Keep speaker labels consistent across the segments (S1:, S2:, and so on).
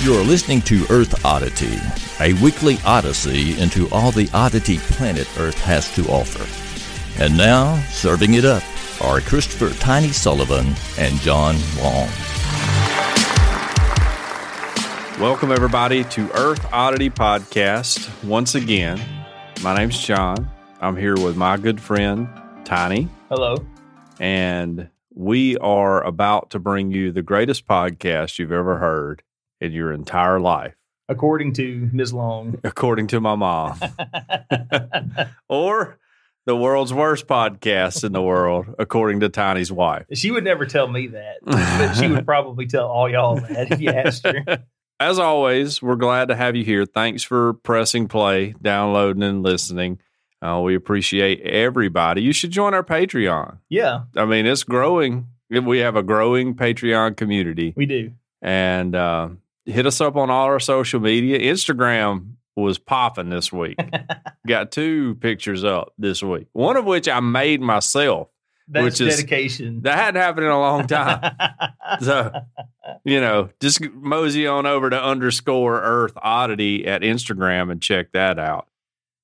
S1: You're listening to Earth Oddity, a weekly odyssey into all the oddity planet Earth has to offer. And now, serving it up are Christopher Tiny Sullivan and John Long.
S2: Welcome, everybody, to Earth Oddity Podcast once again. My name's John. I'm here with my good friend, Tiny,
S3: Hello.
S2: and we are about to bring you the greatest podcast you've ever heard in your entire life,
S3: According to Ms. Long.
S2: according to my mom, or the world's worst podcast in the world, according to Tiny's wife.
S3: she would never tell me that, but she would probably tell all y'all that if you asked her.
S2: As always, we're glad to have you here. Thanks for pressing play, downloading, and listening. Uh, we appreciate everybody. You should join our Patreon.
S3: Yeah,
S2: I mean, it's growing. We have a growing Patreon community,
S3: we do.
S2: and uh, hit us up on all our social media. Instagram was popping this week. Got two pictures up this week. One of which I made myself.
S3: That's
S2: Which is-
S3: dedication.
S2: That hadn't happened in a long time. so you know just mosey on over to underscore earth oddity at instagram and check that out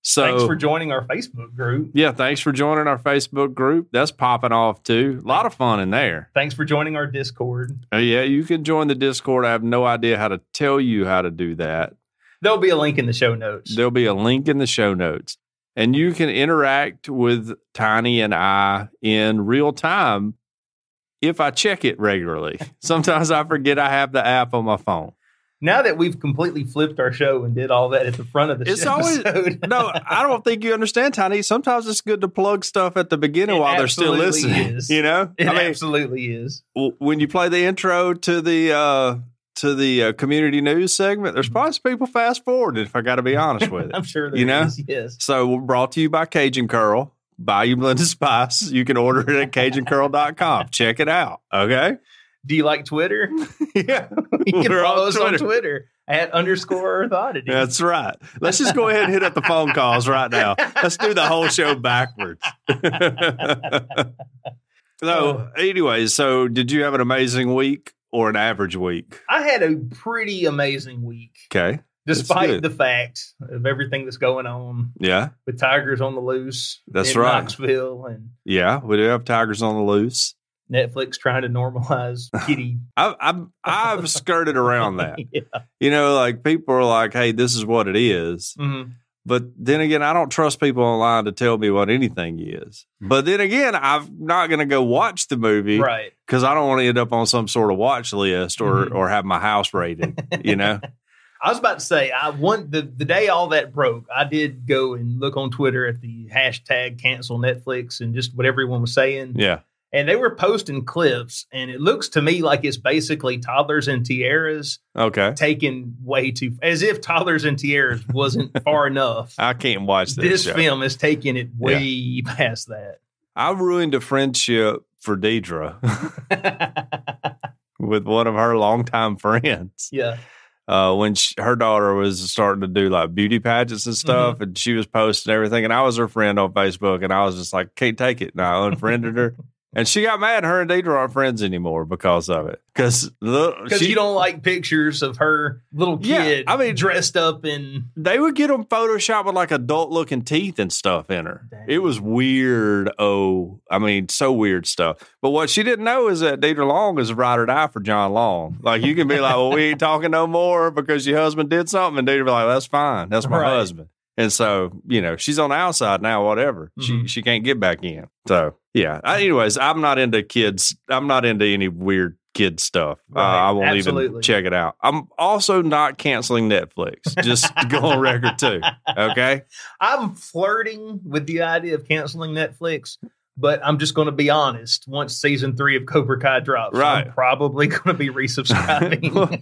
S2: so
S3: Thanks for joining our Facebook group.
S2: yeah thanks for joining our facebook group that's popping off too a lot of fun in there
S3: Thanks for joining our Discord.
S2: Uh, yeah you can join the discord i have no idea how to tell you how to do that
S3: There'll be a link in the show notes.
S2: there'll be a link in the show notes and you can interact with tiny and i in real time if i check it regularly sometimes i forget i have the app on my phone
S3: Now that we've completely flipped our show and did all that at the front of the
S2: It's
S3: show
S2: always-
S3: episode,
S2: no, I don't think you understand, Tiny. Sometimes it's good to plug stuff at the beginning
S3: It
S2: while they're still
S3: absolutely
S2: listening.
S3: is.
S2: You know,
S3: it
S2: I mean,
S3: absolutely is.
S2: w- when you play the intro to the uh, to the uh, community news segment, there's
S3: Mm-hmm.
S2: probably some people fast forward. If I got to be honest with it,
S3: I'm sure there
S2: you know?
S3: is, Yes.
S2: so we're brought to you by Cajun Curl. Buy you blended spice. You can order it at CajunCurl.com. Check it out. Okay.
S3: Do you like Twitter?
S2: Yeah.
S3: You can
S2: We're on
S3: follow us on
S2: Twitter.
S3: Twitter at underscore Earth Oddity.
S2: That's right. Let's just go ahead and hit up the phone calls right now. Let's do the whole show backwards. so, anyway, so did you have an amazing week or an average week?
S3: I had a pretty amazing week.
S2: Okay. That's
S3: despite
S2: good.
S3: the fact of everything that's going on
S2: Yeah.
S3: with Tigers on the loose.
S2: That's
S3: in
S2: right.
S3: Knoxville and
S2: Yeah. We do have Tigers on the loose.
S3: Netflix trying to normalize kitty.
S2: I've, I've, I've skirted around that.
S3: Yeah.
S2: You know, like people are like, hey, this is what it is.
S3: Mhm.
S2: But then again, I don't trust people online to tell me what anything is. But then again, I'm not going to go watch the movie.
S3: Right.
S2: because I don't want to end up on some sort of watch list or
S3: Mhm.
S2: or have my house raided. You know,
S3: I was about to say I want the the day all that broke. I did go and look on Twitter at the hashtag cancel Netflix and just what everyone was saying.
S2: yeah,
S3: And they were posting clips, and it looks to me like it's basically toddlers and tiaras
S2: okay.
S3: taken way too as if toddlers and tiaras wasn't far enough.
S2: I can't watch this.
S3: this
S2: show.
S3: film is taking it way past
S2: I ruined a friendship for Deidre
S3: that.
S2: with one of her longtime friends
S3: yeah.
S2: uh, when she, her daughter was starting to do like beauty pageants and
S3: Mm-hmm.
S2: stuff, and she was posting everything. And I was her friend on Facebook, and I was just like, can't take it. And I unfriended her. And she got mad. Her and Deidre aren't friends anymore because of it. Because
S3: Because you don't like pictures of her little
S2: Yeah,
S3: kid
S2: I mean-
S3: dressed up in
S2: they would get them photoshopped with like adult looking teeth and stuff in her.
S3: Dang.
S2: It was weird. Oh, I mean, so weird stuff. But what she didn't know is that Deidre Long is a ride or die for John Long. Like you can be like, well, we ain't talking no more because your husband did something, and Deidre be like, that's fine, that's my
S3: Right.
S2: husband. And so you know she's on the outside now. Whatever she
S3: Mhm.
S2: she can't get back in. So yeah. I, anyways, I'm not into kids. I'm not into any weird kid stuff. Uh,
S3: Right.
S2: I won't even
S3: Absolutely.
S2: check it out. I'm also not canceling Netflix. Just to go on record too. Okay.
S3: I'm flirting with the idea of canceling Netflix, But I'm just going to be honest. Once season three of Cobra Kai drops,
S2: Right.
S3: I'm probably going to be resubscribing.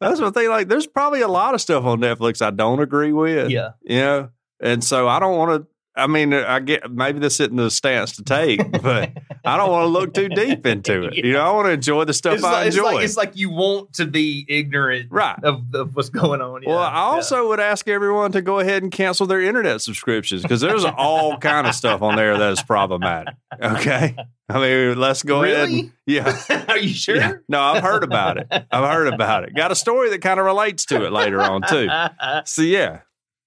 S2: That's what they like. There's probably a lot of stuff on Netflix I don't agree with.
S3: yeah,
S2: You know? And so I don't want to I mean, I get maybe this isn't the stance to take, but I don't want to look too deep into it. You know, I want to enjoy the stuff
S3: it's
S2: I
S3: like, it's
S2: enjoy.
S3: like it's like you want to be ignorant
S2: right.
S3: of, of what's going on.
S2: Well,
S3: Yeah.
S2: I also would ask everyone to go ahead and cancel their internet subscriptions because there's all kind of stuff on there that is problematic. Okay, I mean, let's go ahead. And,
S3: Really?
S2: yeah.
S3: Yeah. Are you sure?
S2: Yeah. No, I've heard about it. I've heard about it. Got a story that kind of relates to it later on too. So yeah.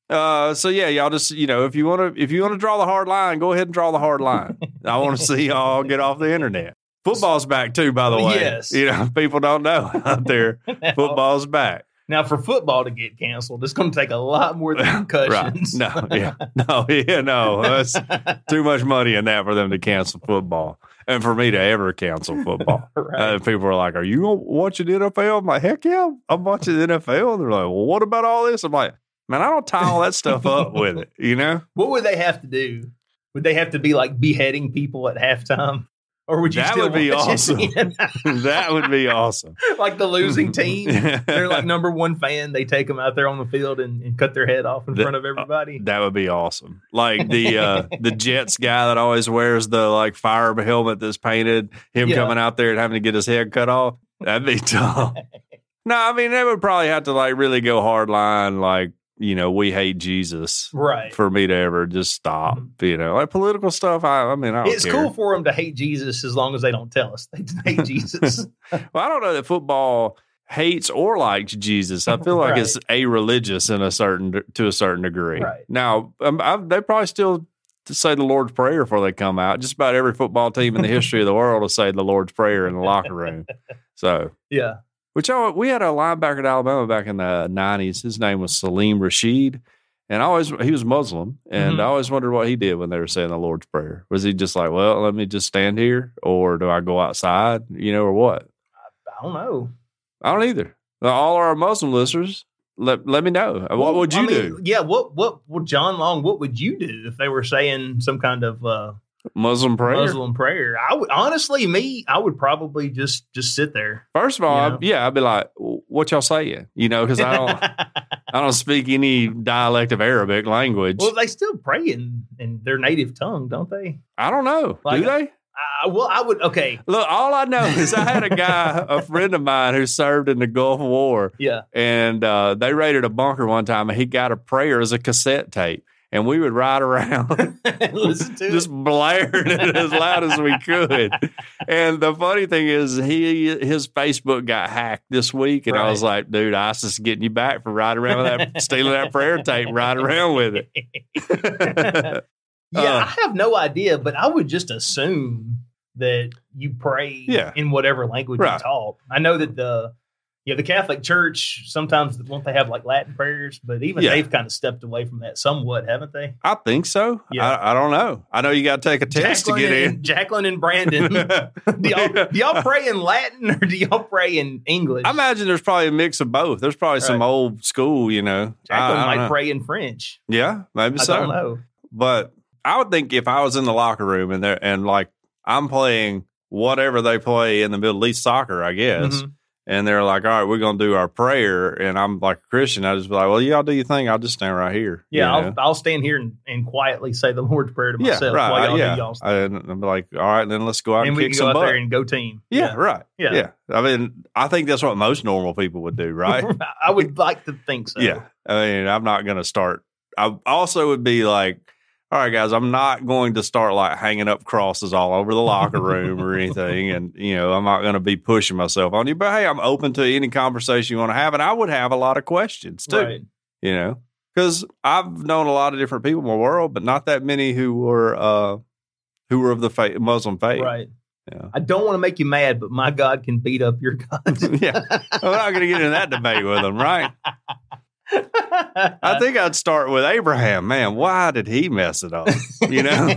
S2: Uh, so yeah, y'all just you know if you want to if you want to draw the hard line, go ahead and draw the hard line. I want to see y'all get off the internet. Football's back too, by the way.
S3: Yes.
S2: You know people don't know out there. Football's back.
S3: Now, for football to get canceled, it's going to take a lot more than concussions.
S2: Right. No, yeah. No, yeah, no. That's too much money in that for them to cancel football. And for me to ever cancel football.
S3: Right.
S2: Uh, people are like, Are you watching NFL? I'm like, heck yeah, I'm watching NFL. And they're like, Well, what about all this? I'm like, Man, I don't tie all that stuff up with it, you know?
S3: What would they have to do? Would they have to be like beheading people at halftime? Or would you
S2: That
S3: still
S2: would be
S3: watch it?
S2: awesome. that would be awesome.
S3: like the losing team? They're like number one fan. They take them out there on the field and, and cut their head off in
S2: The-
S3: front of everybody.
S2: That would be awesome. Like the uh the Jets guy that always wears the like fire helmet that's painted, him
S3: Yeah.
S2: coming out there and having to get his head cut off. That'd be tough. no, I mean they would probably have to like really go hard line like, you know, we hate Jesus
S3: right. Mm-hmm.
S2: for me to ever just stop. You know, like political stuff, I I mean I don't
S3: It's
S2: care.
S3: cool for them to hate Jesus as long as they don't tell us they hate Jesus.
S2: Well, I don't know that football hates or likes Jesus. I feel like
S3: Right.
S2: it's a religious in a certain to a certain degree.
S3: Right.
S2: Now, um, I, they probably still say the Lord's Prayer before they come out. Just about every football team in the history of the world will say the Lord's Prayer in the locker room. So,
S3: yeah.
S2: which I, we had a linebacker at Alabama back in the nineties. His name was Salim Rashid. And I always he was Muslim, and
S3: Mhm.
S2: I always wondered what he did when they were saying the Lord's Prayer. Was he just like, "Well, let me just stand here," or do I go outside, you know, or what?
S3: I don't know.
S2: I don't either. All our Muslim listeners, let let me know. What would you
S3: I mean,
S2: do?
S3: Yeah, what what would John Long? What would you do if they were saying some kind of uh,
S2: Muslim prayer.
S3: Muslim prayer? I would honestly, me, I would probably just just sit there.
S2: First of all,
S3: Yeah.
S2: I'd- yeah. I'd be like, "What y'all saying?" You know, because I don't I don't speak any dialect of Arabic language.
S3: well, they still pray in in their native tongue, don't they?
S2: I don't know.
S3: like-
S2: do they?
S3: Uh, well, I would. Okay,
S2: Look, all I know is I had a guy, a friend of mine, who served in the Gulf War,
S3: yeah,
S2: and uh, they raided a bunker one time, and he got a prayer as a cassette tape, and we would ride around
S3: listen to
S2: just
S3: it.
S2: blaring it as loud as we could. And the funny thing is, he his Facebook got hacked this week, and I was like, "Dude, ISIS is getting you back for riding around with that, stealing that prayer tape, and riding around with it."
S3: Yeah,
S2: uh,
S3: I have no idea, but I would just assume that you pray
S2: Yeah.
S3: in whatever language
S2: Right.
S3: you taught. I know that the yeah the Catholic Church sometimes won't they have like Latin prayers, but even
S2: Yeah.
S3: they've kind of stepped away from that somewhat, haven't they?
S2: I think so.
S3: Yeah.
S2: I, I don't know. I know you got to take a test to get
S3: and,
S2: in.
S3: Jacqueline and Brandon, do y'all, do y'all pray in Latin or do y'all pray in English?
S2: I imagine there's probably a mix of both. There's probably some
S3: Right.
S2: old school, you know. I-
S3: Jacqueline
S2: I don't
S3: might
S2: know.
S3: pray in French.
S2: Yeah, maybe
S3: I
S2: so.
S3: don't know.
S2: But I would think if I was in the locker room and there and like I'm playing whatever they play in the Middle East soccer, I guess,
S3: Mhm.
S2: and they're like, "All right, we're gonna do our prayer," and I'm like a Christian, I just be like, "Well, y'all do your thing. I'll just stand right here."
S3: Yeah,
S2: you
S3: I'll,
S2: know?
S3: I'll stand here and, and quietly say the Lord's Prayer to
S2: yeah,
S3: myself
S2: right,
S3: while y'all
S2: I- yeah.
S3: do y'all's
S2: and I'm like, "All right, then let's go out and,
S3: and we
S2: kick
S3: can go
S2: some
S3: out
S2: butt."
S3: there and go team.
S2: yeah, right.
S3: Yeah.
S2: yeah. I mean, I think that's what most normal people would do, right?
S3: I would like to think so.
S2: Yeah. I mean, I'm not going to start. I also would be like, all right, guys, I'm not going to start like hanging up crosses all over the locker room or anything. And, you know, I'm not going to be pushing myself on you. But hey, I'm open to any conversation you want to have. And I would have a lot of questions too,
S3: Right.
S2: you know, because I've known a lot of different people in the world, but not that many who were, uh, who were of the faith, Muslim faith.
S3: Right.
S2: Yeah.
S3: I don't want to make you mad, but my God can beat up your God.
S2: yeah. I'm not going to get into that debate with them, right? I think I'd start with Abraham. Man, why did he mess it up? You know?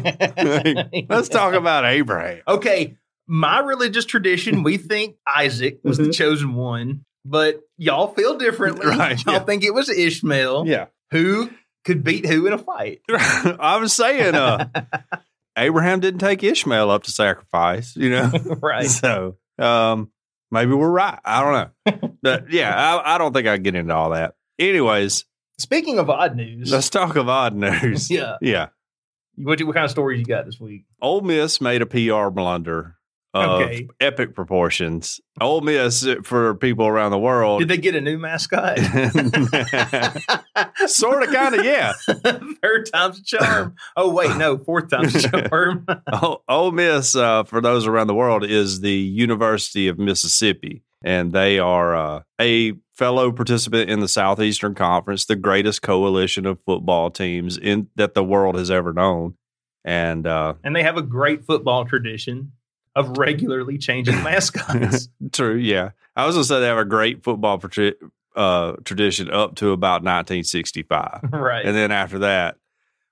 S2: Like, let's talk about Abraham.
S3: Okay, my religious tradition, we think Isaac was
S2: Mm-hmm.
S3: the chosen one, but y'all feel differently.
S2: Right,
S3: y'all
S2: yeah.
S3: think it was Ishmael.
S2: Yeah.
S3: Who could beat who in a fight?
S2: I'm saying uh Abraham didn't take Ishmael up to sacrifice, you know?
S3: right.
S2: So um, maybe we're right. I don't know. but yeah, I, I don't think I get into all that. Anyways,
S3: Speaking of odd news,
S2: let's talk of odd news.
S3: yeah.
S2: yeah.
S3: What, what kind of stories you got this week?
S2: Ole Miss made a PR blunder of
S3: Okay.
S2: epic proportions. Ole Miss, for people around the world,
S3: Did they get a new mascot?
S2: sort of, kind of, yeah.
S3: Third time's a charm. Oh wait, no, fourth time's a charm.
S2: O- Oh, Ole Miss, uh, for those around the world, is the University of Mississippi, and they are uh, a fellow participant in the Southeastern Conference, the greatest coalition of football teams in that the world has ever known. And uh,
S3: and they have a great football tradition of regularly changing mascots.
S2: true, yeah, I was gonna say they have a great football patri- uh, tradition up to about 1965,
S3: right.
S2: and then after that.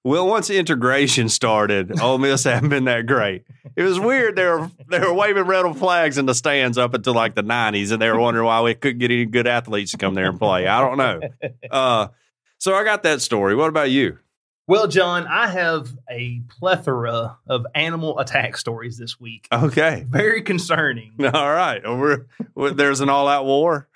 S2: Well, once integration started, Ole Miss hadn't been that great. It was weird. They were they were waving red flags in the stands up until like the nineties, and they were wondering why we couldn't get any good athletes to come there and play. I don't know. Uh, so I got that story. What about you?
S3: well, John, I have a plethora of animal attack stories this week.
S2: Okay.
S3: Very concerning.
S2: All right. We're, we there's an all out war.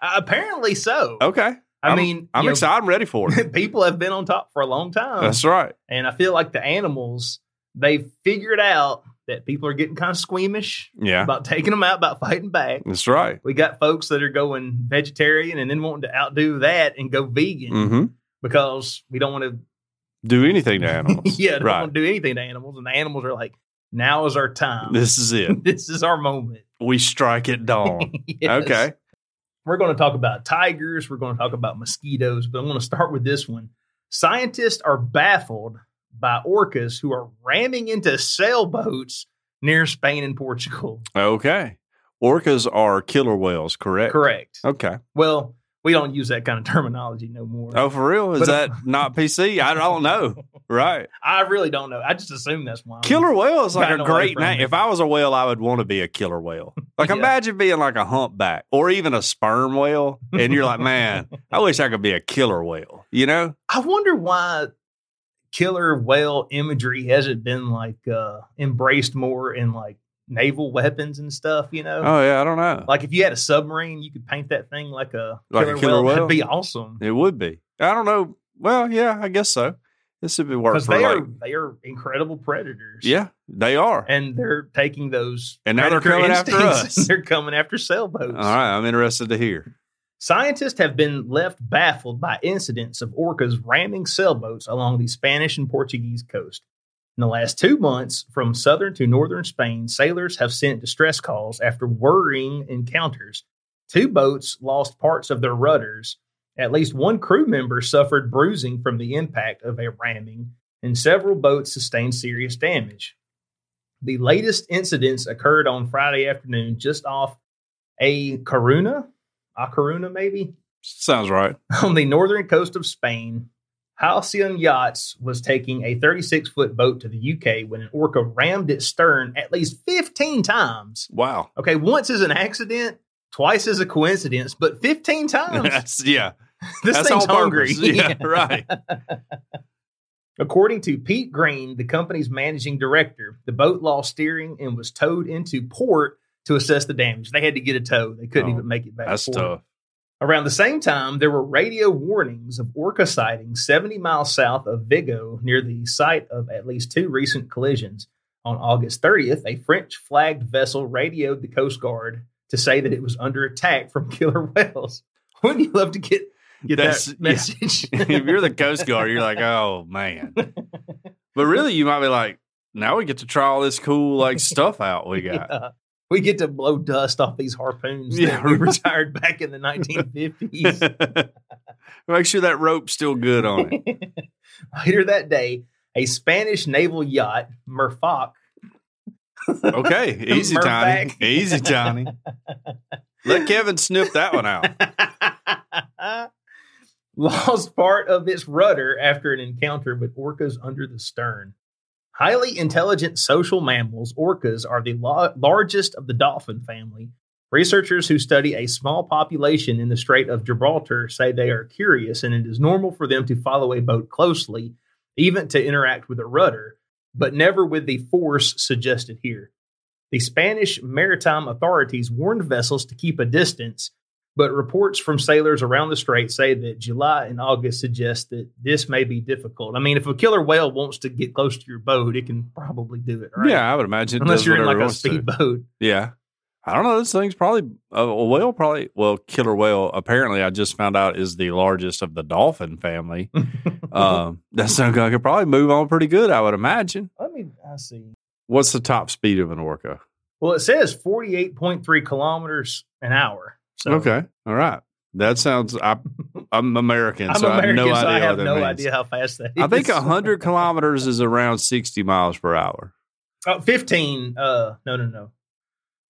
S3: Uh, apparently so.
S2: Okay.
S3: I
S2: Oh, I'm-
S3: mean,
S2: I'm
S3: you know,
S2: excited. I'm ready for it.
S3: People have been on top for a long time,
S2: That's right.
S3: and I feel like the animals they've figured out that people are getting kind of squeamish
S2: Yeah.
S3: about taking them out, about fighting back.
S2: That's right.
S3: We got folks that are going vegetarian and then wanting to outdo that and go vegan
S2: Mm-hmm.
S3: because we don't want to,
S2: Do anything to animals.
S3: yeah, don't
S2: Right.
S3: want to do anything to animals. And the animals are like, now is our time. This,
S2: This is it.
S3: is our moment.
S2: We strike at dawn.
S3: Yes.
S2: Okay.
S3: We're going to talk about tigers. We're going to talk about mosquitoes, but I'm going to start with this one. Scientists are baffled by orcas who are ramming into sailboats near Spain and Portugal.
S2: Okay. Orcas are killer whales, correct?
S3: Correct.
S2: Okay.
S3: Well, we don't use that kind of terminology no more.
S2: Oh, for real? Is
S3: But- uh, Um,
S2: that not PC? I don't know. Right.
S3: I really don't know. I just assume that's why.
S2: Killer whale is like
S3: Gotten
S2: a
S3: away
S2: great
S3: from
S2: name.
S3: it.
S2: If I was a whale, I would want to be a killer whale. Like
S3: Yeah.
S2: imagine being like a humpback or even a sperm whale, and you're like, man, I wish I could be a killer whale. You know?
S3: I wonder why killer whale imagery hasn't been like uh embraced more in like naval weapons and stuff, you know?
S2: Oh yeah, I don't know.
S3: Uh, like if you had a submarine, you could paint that thing like a
S2: Like a
S3: killer,
S2: killer
S3: whale.
S2: whale?
S3: That'd be awesome.
S2: It would be. I don't know. Well, yeah, I guess so. This would be work
S3: Because
S2: for
S3: they
S2: like,
S3: are they are incredible predators.
S2: yeah, they are.
S3: And they're taking those
S2: And now they're
S3: predator
S2: coming after
S3: instincts
S2: us.
S3: and they're coming after sailboats.
S2: All right, I'm interested to hear.
S3: Scientists have been left baffled by incidents of orcas ramming sailboats along the Spanish and Portuguese coast. In the last two months, from southern to northern Spain, sailors have sent distress calls after worrying encounters. Two boats lost parts of their rudders. At least one crew member suffered bruising from the impact of a ramming, and several boats sustained serious damage. The latest incidents occurred on Friday afternoon just off a Coruna, a Coruna maybe,
S2: Sounds right.
S3: on the northern coast of Spain, Halcyon Yachts was taking a 36 foot boat to the UK when an orca rammed its stern at least 15 times.
S2: Wow.
S3: Okay, once is an accident, twice is a coincidence, but 15 times.
S2: That's, yeah.
S3: this
S2: That's
S3: thing's
S2: all
S3: hungry.
S2: purpose. Yeah, right.
S3: According to Pete Green, the company's managing director, the boat lost steering and was towed into port to assess the damage. They had to get a tow. They couldn't
S2: Oh,
S3: even make it back.
S2: That's
S3: to port.
S2: tough.
S3: Around the same time, there were radio warnings of orca sightings 70 miles south of Vigo near the site of at least two recent collisions. On August 30th, a French flagged vessel radioed the Coast Guard to say that it was under attack from killer whales. Wouldn't you love to get, get
S2: That's-
S3: that message?
S2: if you're the Coast Guard, you're like, oh man. But really, you might be like, now we get to try all this cool like stuff out we got.
S3: Yeah. We get to blow dust off these harpoons
S2: Yeah,
S3: that we
S2: right.
S3: retired back in the 1950s.
S2: Make sure that rope's still good on it.
S3: Later that day, a Spanish naval yacht, Merfoc,
S2: Okay, easy, Tiny.
S3: Murphac.
S2: Easy, Tiny. Let Kevin snip that one out.
S3: lost part of its rudder after an encounter with orcas under the stern. Highly intelligent social mammals, orcas are the la- largest of the dolphin family. Researchers who study a small population in the Strait of Gibraltar say they are curious and it is normal for them to follow a boat closely, even to interact with a rudder. but never with the force suggested here. The Spanish maritime authorities warned vessels to keep a distance, but reports from sailors around the strait say that July and August suggest that this may be difficult. I mean, if a killer whale wants to get close to your boat, it can probably do it, right?
S2: Yeah, I would imagine. it
S3: Unless
S2: does
S3: you're in
S2: whatever
S3: like
S2: it
S3: a
S2: wants to.
S3: speedboat.
S2: Yeah. I don't know. This thing's probably uh, a whale, probably, well, killer whale, apparently, I just found out is the largest of the dolphin family. um, that's something I could probably move on pretty good, I would imagine.
S3: Let me I see.
S2: What's the top speed of an orca?
S3: Well, it says 48.3 kilometers an hour. So
S2: Okay. All right. That sounds, I, I'm American,
S3: I'm
S2: so
S3: American,
S2: I have no
S3: so
S2: idea
S3: I
S2: what
S3: have
S2: that
S3: no
S2: means.
S3: idea how fast that is.
S2: I think 100 kilometers is around 60 miles per hour.
S3: Oh, 15. Uh, no, no, no.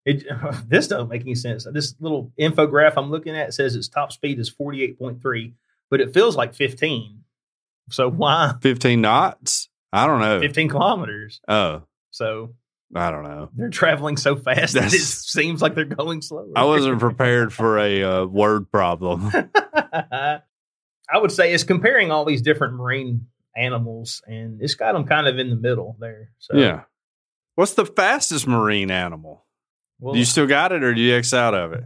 S3: It, this doesn't make any sense. This little infograph I'm looking at says its top speed is 48.3, but it feels like 15. So why
S2: 15 knots? I don't know.
S3: 15 kilometers?
S2: Oh,
S3: So
S2: I don't know.
S3: they're traveling so fast that it
S2: That's-
S3: seems like they're going slower.
S2: I wasn't prepared for a uh, word problem.
S3: I would say it's comparing all these different marine animals, and it's got them kind of in the middle there. So
S2: Yeah. What's the fastest marine animal?
S3: well,
S2: Do you still got it or do you X out of it?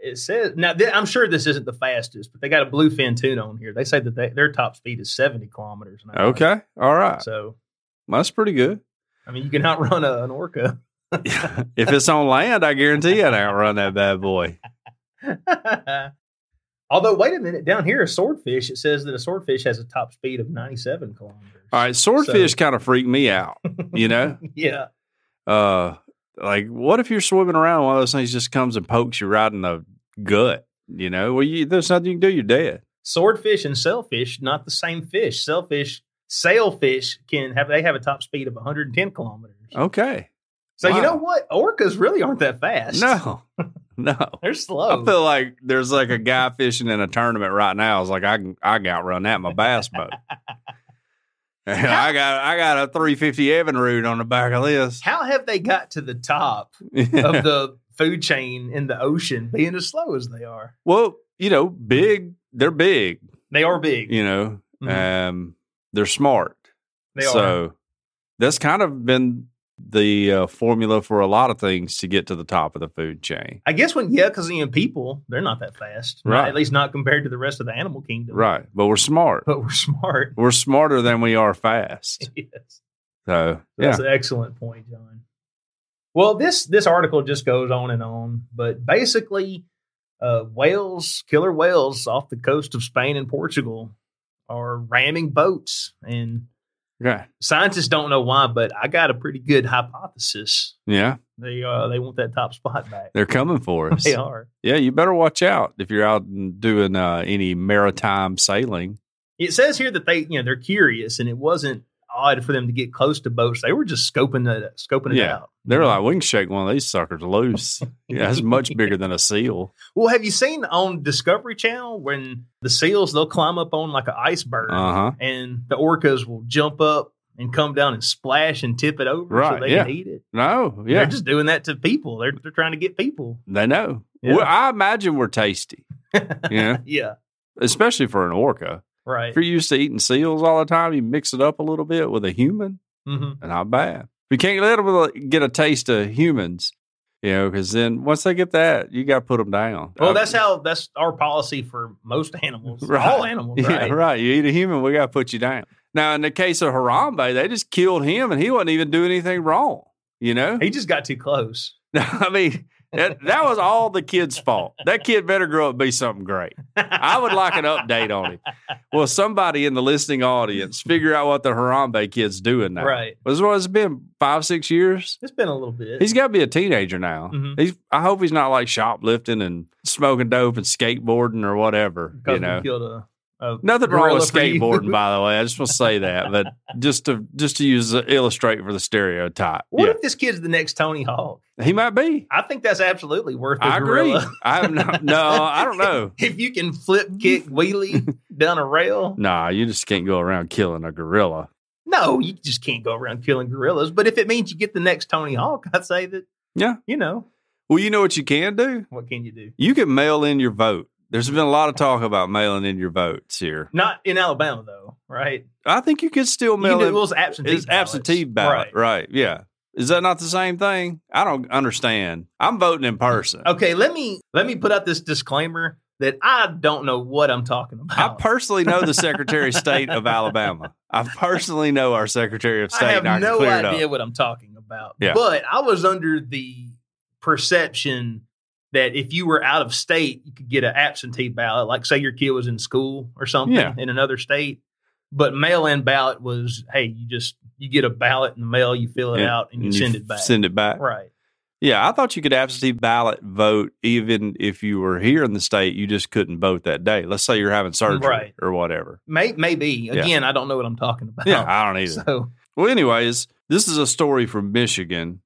S3: it says now. Th- I'm sure this isn't the fastest, but they got a bluefin tuna on here. They say that they, their top speed is 70 kilometers an hour.
S2: Okay. All right.
S3: so
S2: That's pretty good.
S3: I mean, you can outrun a, an orca.
S2: if it's on land, I guarantee I'd outrun that bad boy.
S3: Although, wait a minute, down here, a swordfish. It says that a swordfish has a top speed of 97 kilometers.
S2: All right. Swordfish kind of freaked me out, you know?
S3: yeah.
S2: Uh, like, what if you're swimming around? One of those things just comes and pokes you right in the gut, you know? Well, you, there's nothing you can do. You're dead.
S3: swordfish and sailfish not the same fish sailfish sailfish can have they have a top speed of 110 kilometers
S2: Okay.
S3: so you
S2: Oh, wow.
S3: know what orcas really aren't that fast
S2: No, no.
S3: they're slow
S2: I feel like there's like a guy fishing in a tournament right now. It's like I can I can outrun that in my bass boat. And I got I got a 350 Evinrude on the back of this.
S3: how have they got to the top of the food chain in the ocean being as slow as they are
S2: well, you know, big. They're big.
S3: they are big
S2: You know,
S3: Mhm.
S2: um, they're smart.
S3: they are
S2: so that's kind of been the uh, formula for a lot of things to get to the top of the food chain.
S3: i guess when yuccas and people they're not that fast Not-
S2: Right.
S3: at least not compared to the rest of the animal kingdom
S2: Right, but we're smart.
S3: but we're smart
S2: We're smarter than we are fast.
S3: yes
S2: So yeah,
S3: That's an excellent point, John. Well, this this article just goes on and on, but basically, uh, whales, killer whales off the coast of Spain and Portugal, are ramming boats, and
S2: okay,
S3: scientists don't know why, but I got a pretty good hypothesis.
S2: yeah.
S3: They uh, they want that top spot back.
S2: They're coming for us.
S3: They are.
S2: Yeah, you better watch out if you're out and doing uh, any maritime sailing.
S3: It says here that they you know they're curious, and it wasn't odd for them to get close to boats. They were just scoping that scoping it
S2: Yeah.
S3: out.
S2: They're like, we can shake one of these suckers loose. Yeah, that's much bigger than a seal.
S3: Well, have you seen on Discovery Channel when the seals they'll climb up on like an iceberg
S2: Uh huh.
S3: and the orcas will jump up and come down and splash and tip it over
S2: Right,
S3: so they
S2: yeah.
S3: can eat it?
S2: No, yeah,
S3: They're just doing that to people. They're they're trying to get people.
S2: they know.
S3: Yeah.
S2: Well, I imagine we're tasty. Yeah,
S3: Yeah.
S2: especially for an orca.
S3: Right.
S2: If you're used to eating seals all the time, you mix it up a little bit with a human,
S3: hmm
S2: and not bad. We can't let them get a taste of humans, you know, because then once they get that, you got to put them down. Uh,
S3: Well,
S2: I-
S3: that's how that's our policy for most animals.
S2: Right.
S3: All animals, right?
S2: Yeah, right. You eat a human, we got to put you down. Now, in the case of Harambe, they just killed him and he wasn't even doing anything wrong. You know?
S3: He just got too close.
S2: I mean, that, that was all the kid's fault. That kid better grow up and be something great. I would like an update on it. Well, somebody in the listening audience figure out what the Harambe kid's doing now.
S3: Right.
S2: Was what it's been five, six years?
S3: It's been a little bit.
S2: He's got to be a teenager now.
S3: Mhm.
S2: He's, I hope he's not like shoplifting and smoking dope and skateboarding or whatever.
S3: because
S2: you know,
S3: we killed a, a
S2: Nothing wrong
S3: gorilla
S2: with
S3: for you.
S2: skateboarding, by the way. I just want to say that, but just to just to use uh, illustrate for the stereotype,
S3: What if this kid's the next Tony Hawk?
S2: yeah, he might be.
S3: I think that's absolutely worth. A
S2: I agree.
S3: gorilla.
S2: I'm not, no, I don't know.
S3: if you can flip kick wheelie down a rail,
S2: Nah, you just can't go around killing a gorilla.
S3: no, you just can't go around killing gorillas. But if it means you get the next Tony Hawk, I'd say that,
S2: Yeah.
S3: you know,
S2: Well, you know what you can do.
S3: what can you do?
S2: You can mail in your vote There's been a lot of talk about mailing in your votes here.
S3: Not in Alabama though, right?
S2: I think you could still
S3: You can
S2: mail
S3: do-
S2: in.
S3: well, it's absentee.
S2: It's
S3: ballots.
S2: absentee ballot,
S3: Right.
S2: right. Yeah. Is that not the same thing? I don't understand. I'm voting in person.
S3: Okay, let me let me put out this disclaimer that I don't know what I'm talking
S2: I
S3: about.
S2: personally know the Secretary of State of Alabama. I personally know our Secretary of State.
S3: I have
S2: and I can
S3: no
S2: clear it up.
S3: idea what I'm talking about.
S2: Yeah.
S3: But I was under the perception that if you were out of state, you could get an absentee ballot, like say your kid was in school or something
S2: Yeah.
S3: in another state. But mail in ballot was, hey, you just you get a ballot in the mail, you fill it
S2: And-
S3: out, and you
S2: and
S3: send it back.
S2: Send it back.
S3: Right.
S2: Yeah, I thought you could absentee ballot vote even if you were here in the state. You just couldn't vote that day. Let's say you're having surgery
S3: Right.
S2: or whatever.
S3: May, maybe.
S2: Yeah.
S3: Again, I don't know what I'm talking about.
S2: Yeah, I don't either.
S3: So
S2: Well, anyways, this is a story from Michigan,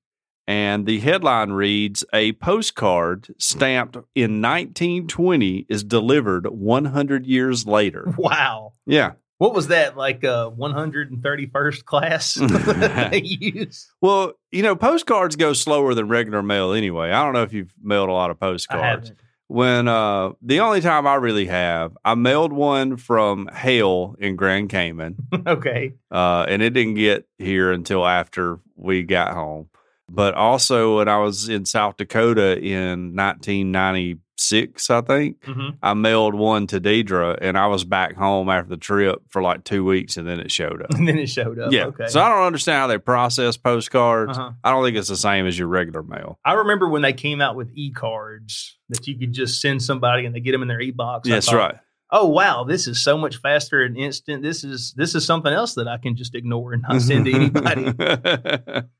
S2: and the headline reads A postcard stamped in 1920 is delivered 100 years later.
S3: wow.
S2: Yeah.
S3: What was that like? Uh, one hundred and thirty first class they used?
S2: Well, you know, postcards go slower than regular mail anyway. I don't know if you've mailed a lot of
S3: I
S2: postcards.
S3: haven't.
S2: When uh the only time I really have, I mailed one from Hale in Grand Cayman.
S3: Okay.
S2: uh, and it didn't get here until after we got home. But also, when I was in South Dakota in 1996, I think
S3: hmm
S2: I mailed one to Deidre, and I was back home after the trip for like two weeks, and then it showed up.
S3: And then it showed up.
S2: yeah,
S3: Oh, Okay.
S2: so I don't understand how they process postcards.
S3: Uh-huh.
S2: I don't think it's the same as your regular mail.
S3: I remember when they came out with e-cards that you could just send somebody and they get them in their e-box. I
S2: That's
S3: thought,
S2: right.
S3: Oh wow, this is so much faster and instant. This is this is something else that I can just ignore
S2: Mm-hmm.
S3: and not send to anybody.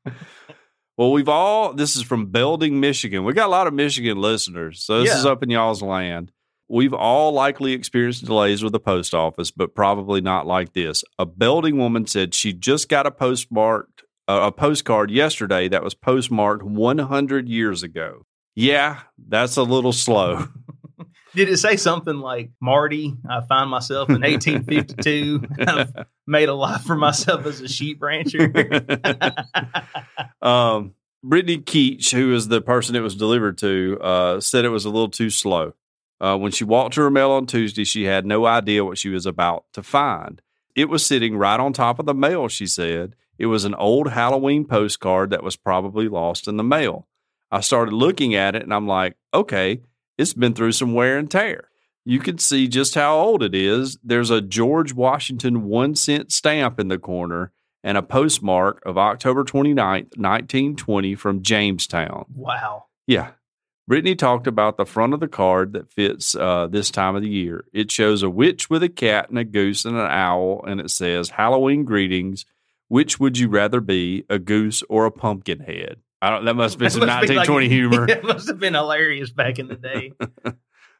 S2: well, we've all, this is from Belding, Michigan. We got a lot of Michigan listeners. So this is
S3: Yeah.
S2: up in y'all's land. We've all likely experienced delays with the post office, but probably not like this. A Belding woman said she just got a postmarked, uh, a postcard yesterday that was postmarked 100 years ago. Yeah, that's a little slow.
S3: Did it say something like Marty? I find myself in 1852. I've made a life for myself as a sheep rancher.
S2: um, Brittany Keach, who is the person it was delivered to, uh, said it was a little too slow. Uh, when she walked to her mail on Tuesday, she had no idea what she was about to find. It was sitting right on top of the mail, she said. It was an old Halloween postcard that was probably lost in the mail. I started looking at it and I'm like, okay, it's been through some wear and tear. You can see just how old it is. There's a George Washington one cent stamp in the corner and a postmark of October 29th, 1920 from Jamestown.
S3: wow.
S2: Yeah. Brittany talked about the front of the card that fits uh, this time of the year. It shows a witch with a cat and a goose and an owl, and it says Halloween greetings. Which would you rather be, a goose or a pumpkin head? I don't, that must be some
S3: That must be like-
S2: 1920 humor.
S3: It must have been hilarious back in the day.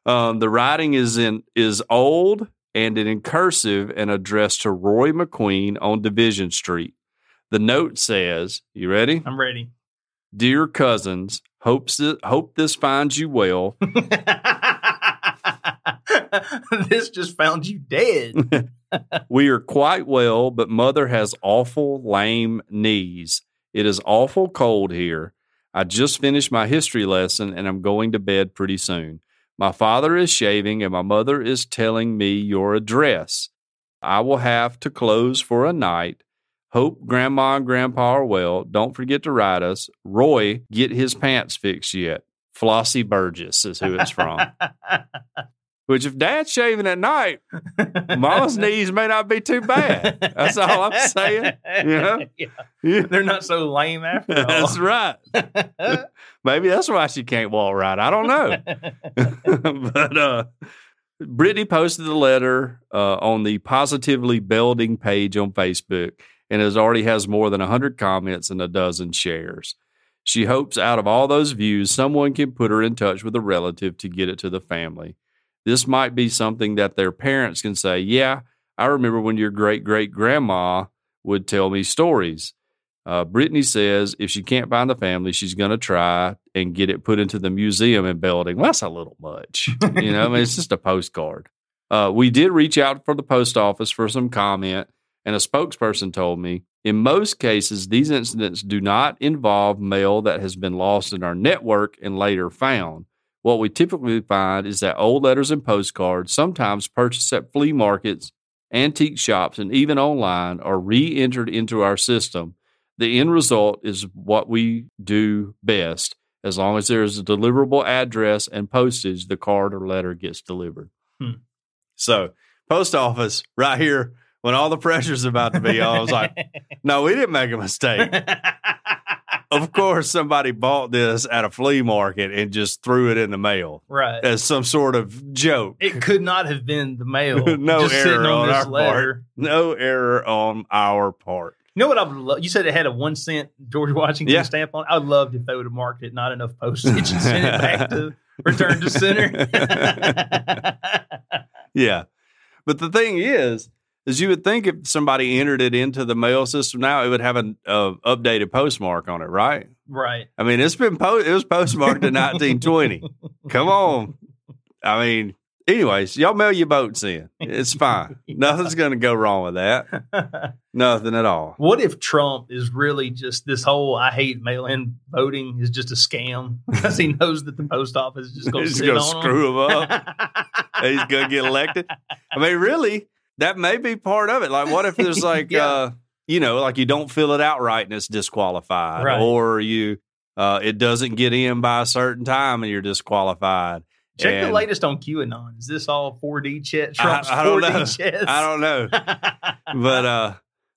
S2: Um, the writing is in is old and in cursive and addressed to Roy McQueen on Division Street. The note says, "You ready,
S3: I'm ready.
S2: dear cousins? Hopes hope this finds you well.
S3: this just found you dead.
S2: we are quite well, but mother has awful lame knees. It is awful cold here. I just finished my history lesson and I'm going to bed pretty soon. My father is shaving and my mother is telling me your address. I will have to close for a night. Hope grandma and grandpa are well. Don't forget to write us. Roy, get his pants fixed yet. Flossie Burgess is who it's from. Which, if dad's shaving at night, Mama's knees may not be too bad. That's all I'm saying. Yeah. Yeah.
S3: They're not so lame after all.
S2: That's right. Maybe that's why she can't walk right. I don't know. but uh, Brittany posted the letter uh, on the Positively Belding page on Facebook and has already has more than 100 comments and a dozen shares. She hopes out of all those views, someone can put her in touch with a relative to get it to the family. This might be something that their parents can say, Yeah, I remember when your great great grandma would tell me stories. Uh, Brittany says if she can't find the family, she's going to try and get it put into the museum in Belding. Well, that's a little much. You know, I mean, it's just a postcard. Uh, we did reach out for the post office for some comment, and a spokesperson told me in most cases, these incidents do not involve mail that has been lost in our network and later found. What we typically find is that old letters and postcards, sometimes purchased at flea markets, antique shops, and even online, are re entered into our system. The end result is what we do best. As long as there is a deliverable address and postage, the card or letter gets delivered.
S3: Hmm.
S2: So, post office right here when all the pressure's about to be on. I was like, no, we didn't make a mistake of course, somebody bought this at a flea market and just threw it in the mail
S3: right.
S2: as some sort of joke.
S3: It could not have been the mail.
S2: No
S3: just sitting
S2: error on our
S3: this letter.
S2: No error on our part.
S3: You know what I would love? You said it had a one cent George Washington
S2: Yeah.
S3: stamp on. it. I would love if they would have marked it not enough postage and sent it back to return to center.
S2: Yeah. But the thing is, is you would think if somebody entered it into the mail system now, it would have an uh, updated postmark on it, right?
S3: right.
S2: I mean, it's been po- it was postmarked in 1920. Come on. I mean, anyways, y'all mail your boats in. It's fine. Nothing's going to go wrong with that. Nothing at all.
S3: what if Trump is really just this whole I hate mail in voting is just a scam because he knows that the post office is just going to
S2: He's
S3: sit
S2: going to
S3: on him?
S2: screw him up. He's going to get elected. I mean, really, that may be part of it. Like, what if there's like,
S3: Yeah.
S2: uh, you know, like you don't fill it out right and it's disqualified,
S3: Right.
S2: or you uh, it doesn't get in by a certain time and you're disqualified.
S3: Check the
S2: And
S3: latest on QAnon. Is this all 4D chat?
S2: I-
S3: Trump's
S2: I don't
S3: 4D
S2: know.
S3: chess.
S2: I don't know, but uh,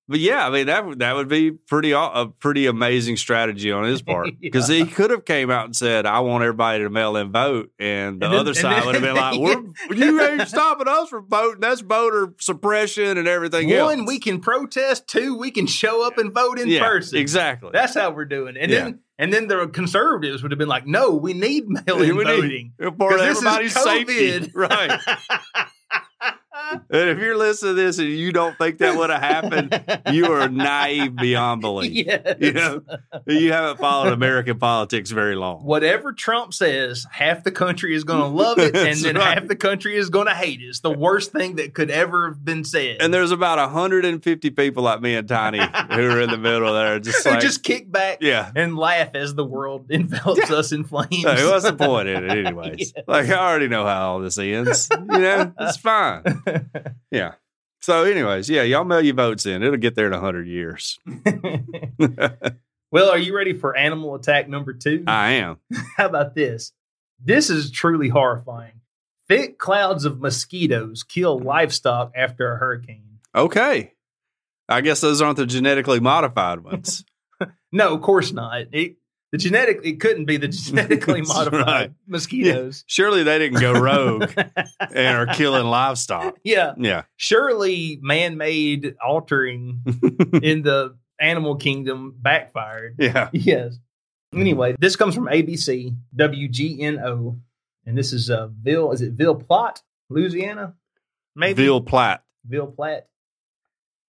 S2: but yeah, I mean that would- that would be pretty aw- a pretty amazing strategy on his part because he could have came out and said, "I want everybody to mail in vote," and the
S3: And then-
S2: other
S3: and
S2: side
S3: then-
S2: would have been like, "We're you ain't stopping us from voting. That's voter suppression and everything else."
S3: One, we can protest. Two, we can show up and vote in person.
S2: Exactly.
S3: That's how we're doing. it. And
S2: Yeah.
S3: then and then the conservatives would have been like, no, we need mail in
S2: We need-
S3: voting.
S2: for
S3: 'Cause this is
S2: everybody's safety.
S3: COVID.
S2: Right. and if you're listening to this and you don't think that would have happened, you are naive beyond belief.
S3: Yes.
S2: You know, you haven't followed American politics very long.
S3: Whatever Trump says, half the country is going to love it, and
S2: That's
S3: then
S2: right.
S3: half the country is going to hate it. It's the worst thing that could ever have been said.
S2: And there's about 150 people like me and Tiny who are in the middle there, just
S3: so
S2: like,
S3: just kick back
S2: yeah.
S3: and laugh as the world envelops us in flames.
S2: Hey, what's the point in it, anyways?
S3: Yes.
S2: Like, I already know how all this ends. You know, it's fine. Yeah. So, anyways, yeah, y'all mail your votes in. It'll get there in 100 years.
S3: well, are you ready for animal attack number two?
S2: I am.
S3: How about this? This is truly horrifying. Thick clouds of mosquitoes kill livestock after a hurricane.
S2: Okay. I guess those aren't the genetically modified ones.
S3: No, of course not. It, the genetic it couldn't be the genetically
S2: That's
S3: modified
S2: right.
S3: mosquitoes.
S2: Surely they didn't go rogue and are killing livestock.
S3: Yeah,
S2: Yeah.
S3: surely man-made altering in the animal kingdom backfired.
S2: Yeah. Mm-hmm.
S3: Yes. Anyway, this comes from ABC WGNO, and this is uh, Ville. Is it Ville Platte, Louisiana? Maybe
S2: Ville Platte.
S3: Ville Platte.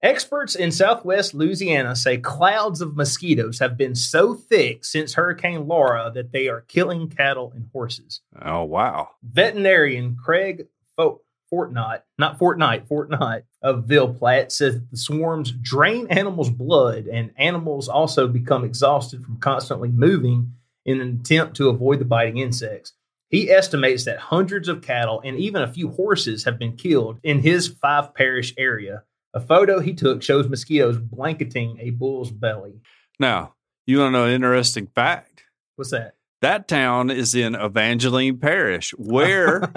S3: Experts in southwest Louisiana say clouds of mosquitoes have been so thick since Hurricane Laura that they are killing cattle and horses.
S2: Oh, wow.
S3: Veterinarian Craig Fo- Fortnight, not Fortnight, Fortnight of Ville Platte says that the swarms drain animals' blood and animals also become exhausted from constantly moving in an attempt to avoid the biting insects. He estimates that hundreds of cattle and even a few horses have been killed in his five parish area. A photo he took shows mosquitoes blanketing a bull's belly.
S2: Now, you want to know an interesting fact?
S3: What's that?
S2: That town is in Evangeline Parish, where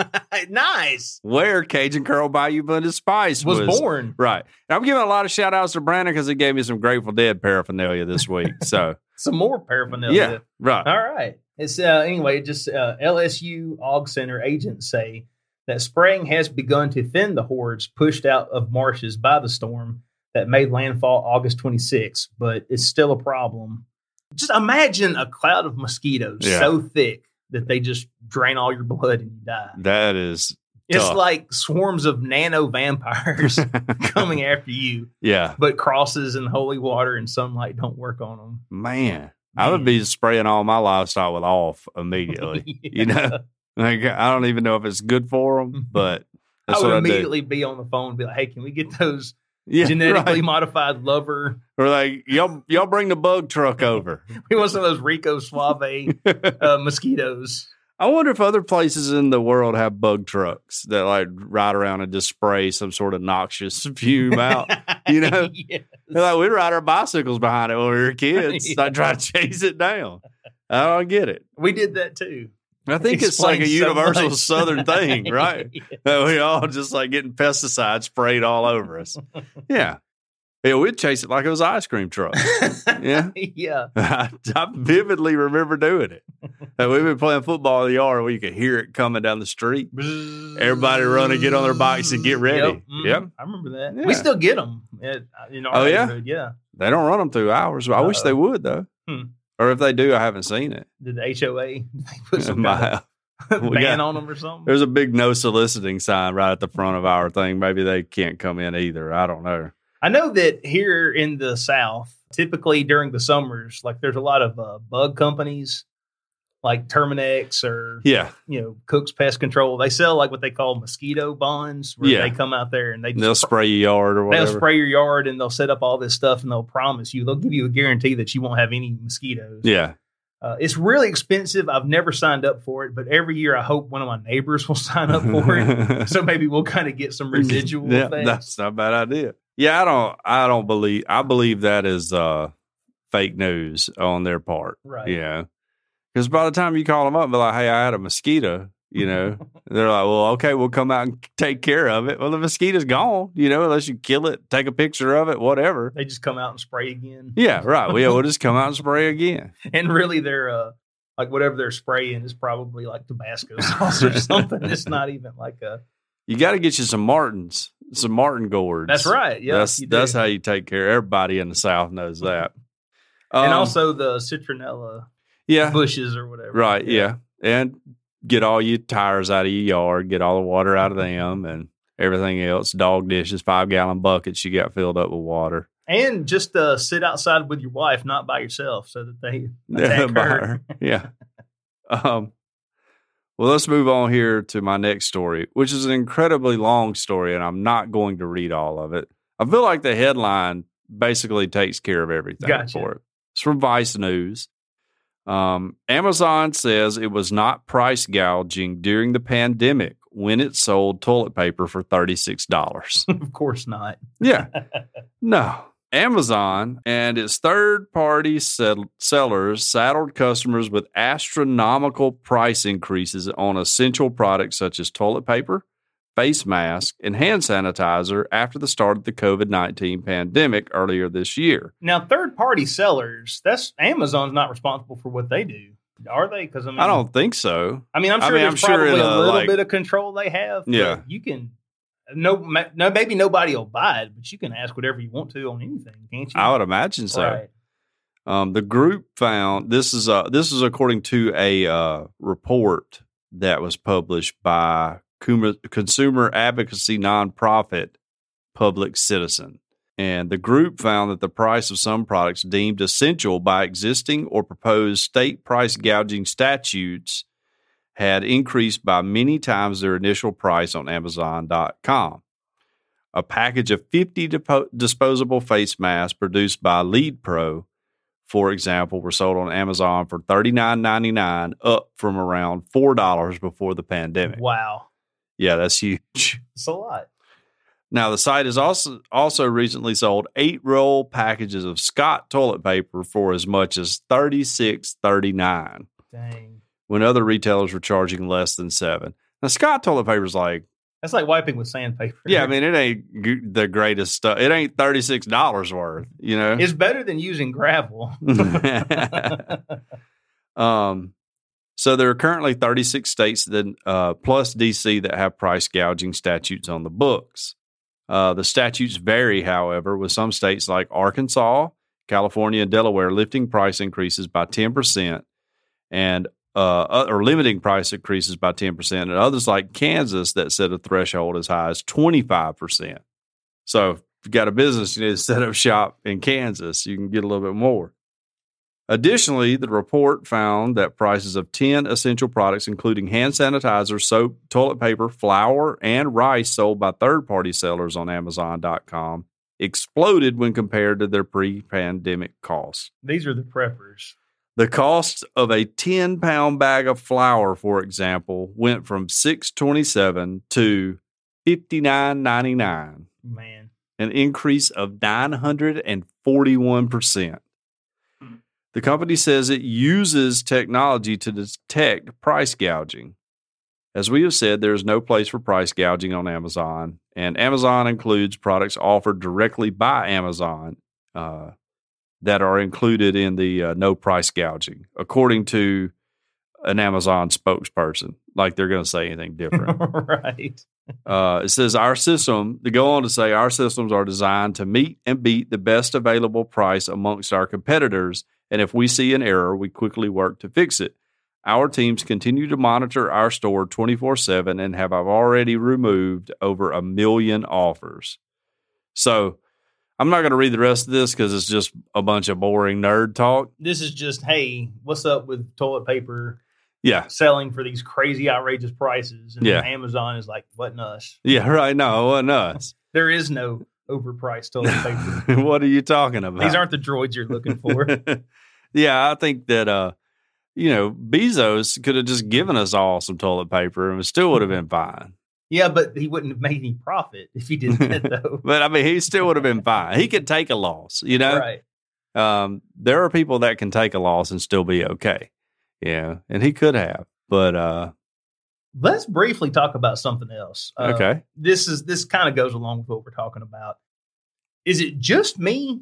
S3: nice.
S2: where Cajun Curl Bayou Blended Spice
S3: Was,
S2: was,
S3: born.
S2: Right. And I'm giving a lot of shout outs to Brandon because he gave me some Grateful Dead paraphernalia this week. So,
S3: Some more paraphernalia.
S2: yeah, right.
S3: All right. It's uh, anyway, just uh, LSU Aug Center agents say that spraying has begun to thin the hordes pushed out of marshes by the storm that made landfall August 26, but it's still a problem. Just imagine a cloud of mosquitoes
S2: Yeah.
S3: so thick that they just drain all your blood and you die.
S2: That is,
S3: It's
S2: Tough.
S3: like swarms of nano vampires coming after you,
S2: yeah,
S3: but crosses and holy water and sunlight don't work on them.
S2: man. I would be spraying all my livestock with off immediately. You know, like I don't even know if it's good for them, but that's
S3: I
S2: what
S3: would Mm-hmm. Oh, immediately be on the phone and be like, "Hey, can we get
S2: I
S3: those
S2: do. Yeah,
S3: genetically
S2: right.
S3: modified lover?
S2: We're like, y'all, y'all bring the bug truck over.
S3: We want some of those Rico Suave uh, mosquitoes."
S2: I wonder if other places in the world have bug trucks that like ride around and just spray some sort of noxious fume out. You know?
S3: Yes.
S2: They're like we ride our bicycles behind it when we were kids.
S3: Yeah.
S2: I try to chase it down. I don't get it.
S3: we did that too.
S2: I think it's like a
S3: Explains so
S2: universal
S3: much.
S2: southern thing, right?
S3: Yeah.
S2: that we all just like getting pesticides sprayed all over us. Yeah. Yeah, we'd chase it like it was ice cream truck. Yeah.
S3: yeah.
S2: I, I vividly remember doing it. Like, we've been playing football in the yard where you could hear it coming down the street. Everybody run and get on their bikes and get ready.
S3: Yep. Mhm.
S2: Yep.
S3: I remember that.
S2: Yeah.
S3: We still get them. At, in our
S2: Oh, yeah?
S3: neighborhood, Yeah.
S2: They don't run them through hours. I wish
S3: Uh-oh.
S2: they would, though.
S3: Hmm.
S2: Or if they do, I haven't seen it.
S3: Did the HOA they put some kind
S2: My-
S3: of
S2: we
S3: ban
S2: got-
S3: on them or something?
S2: there's a big no soliciting sign right at the front of our thing. Maybe they can't come in either. I don't know.
S3: I know that here in the South, typically during the summers, like there's a lot of uh, bug companies like Terminex or
S2: Yeah.
S3: you know Cook's Pest Control. They sell like what they call mosquito bonds, where
S2: Yeah.
S3: they come out there and they
S2: They'll
S3: just
S2: spray your yard or
S3: They'll
S2: whatever.
S3: spray your yard and they'll set up all this stuff and they'll promise you, they'll give you a guarantee that you won't have any mosquitoes.
S2: yeah.
S3: Uh, it's really expensive. I've never signed up for it, but every year I hope one of my neighbors will sign up for it. so maybe we'll kind of get some residual
S2: yeah,
S3: things.
S2: That's not a bad idea. Yeah, I don't I don't believe I believe that is uh fake news on their part.
S3: right.
S2: Yeah. Cuz by the time you call them up and be like, "Hey, I had a mosquito," you know, they're like, "Well, okay, we'll come out and take care of it." Well, the mosquito's gone, you know, unless you kill it, take a picture of it, whatever.
S3: They just come out and spray again.
S2: Yeah, right. Well, yeah, we'll just come out and spray again.
S3: And really, they're uh, like whatever they're spraying is probably like Tabasco sauce or something. It's not even like a.
S2: You got to get you some martins, some martin gourds.
S3: That's right. Yeah.
S2: that's
S3: you do.
S2: that's how you take care. Everybody in the South knows that.
S3: and
S2: Um,
S3: also the citronella
S2: yeah,
S3: bushes or whatever.
S2: Right. Yeah. And get all your tires out of your yard, get all the water out of them and everything else. Dog dishes, five gallon buckets you got filled up with water.
S3: And just uh, sit outside with your wife, not by yourself, so that they
S2: Yeah,
S3: attack
S2: by
S3: her.
S2: her. Yeah. um, well, let's move on here to my next story, which is an incredibly long story, and I'm not going to read all of it. I feel like the headline basically takes care of everything
S3: Gotcha.
S2: for it. It's from Vice News. Um, Amazon says it was not price gouging during the pandemic when it sold toilet paper for $36.
S3: Of course not.
S2: Yeah. No. Amazon and its third party sell- sellers saddled customers with astronomical price increases on essential products such as toilet paper, face mask, and hand sanitizer after the start of the COVID 19 pandemic earlier this year.
S3: Now, third party sellers, that's Amazon's not responsible for what they do, are they? Because I mean,
S2: I don't think so.
S3: I mean, I'm
S2: I
S3: sure
S2: mean,
S3: there's
S2: I'm sure
S3: probably
S2: in
S3: a
S2: a,
S3: little
S2: like-
S3: bit of control they have. but
S2: Yeah.
S3: you can. No, ma- no, maybe nobody will buy it, but you can ask whatever you want to on anything, can't you?
S2: I would imagine so.
S3: Right.
S2: Um, the group found this is uh, this is according to a uh, report that was published by Kuma- consumer advocacy nonprofit Public Citizen, and the group found that the price of some products deemed essential by existing or proposed state price gouging statutes had increased by many times their initial price on Amazon.com. A package of 50 depo- disposable face masks produced by Lead Pro for example, were sold on Amazon for $39.99, up from around $4 before the pandemic.
S3: Wow,
S2: Yeah, that's huge.
S3: it's a lot.
S2: Now, the site has also also recently sold eight roll packages of Scott toilet paper for as much as $36.39
S3: Dang,
S2: when other retailers were charging less than seven. Now, Scott toilet paper's like,
S3: that's like wiping with sandpaper.
S2: yeah, I mean, it ain't g- the greatest stuff. It ain't $36 worth, you know?
S3: it's better than using gravel.
S2: um, so there are currently 36 states that uh, plus DC that have price gouging statutes on the books. Uh, the statutes vary, however, with some states like Arkansas, California, and Delaware lifting price increases by 10% and uh, uh, or limiting price increases by 10%, and others like Kansas that set a threshold as high as 25%. So if you got a business, you need to set up shop in Kansas, you can get a little bit more. Additionally, the report found that prices of 10 essential products, including hand sanitizer, soap, toilet paper, flour, and rice sold by third party sellers on Amazon.com, exploded when compared to their pre pandemic costs.
S3: These are the preppers.
S2: The cost of a 10 pound bag of flour, for example, went from 627 to 59.99,
S3: Man.
S2: an increase of 941%. The company says it uses technology to detect price gouging. As we have said, there is no place for price gouging on Amazon, and Amazon includes products offered directly by Amazon uh, that are included in the uh, no price gouging, according to an Amazon spokesperson. Like they're going to say anything different.
S3: right.
S2: Uh, it says our system, they go on to say our systems are designed to meet and beat the best available price amongst our competitors. And if we see an error, we quickly work to fix it. Our teams continue to monitor our store 24 7 and have already removed over a million offers. So I'm not going to read the rest of this because it's just a bunch of boring nerd talk.
S3: This is just, hey, what's up with toilet paper
S2: Yeah.
S3: selling for these crazy, outrageous prices? And
S2: Yeah.
S3: Amazon is like, what in us?
S2: Yeah, right. No, it wasn't us.
S3: There is no overpriced toilet paper.
S2: what are you talking about?
S3: These aren't the droids you're looking for.
S2: yeah, I think that uh, you know, Bezos could have just given us all some toilet paper and it still would have been fine.
S3: yeah, but he wouldn't have made any profit if he did that, though.
S2: But I mean, he still would have been fine. He could take a loss, you know.
S3: right.
S2: Um, there are people that can take a loss and still be okay. Yeah, and he could have, but uh,
S3: Let's briefly talk about something else. Uh,
S2: okay,
S3: this is this kind of goes along with what we're talking about. Is it just me,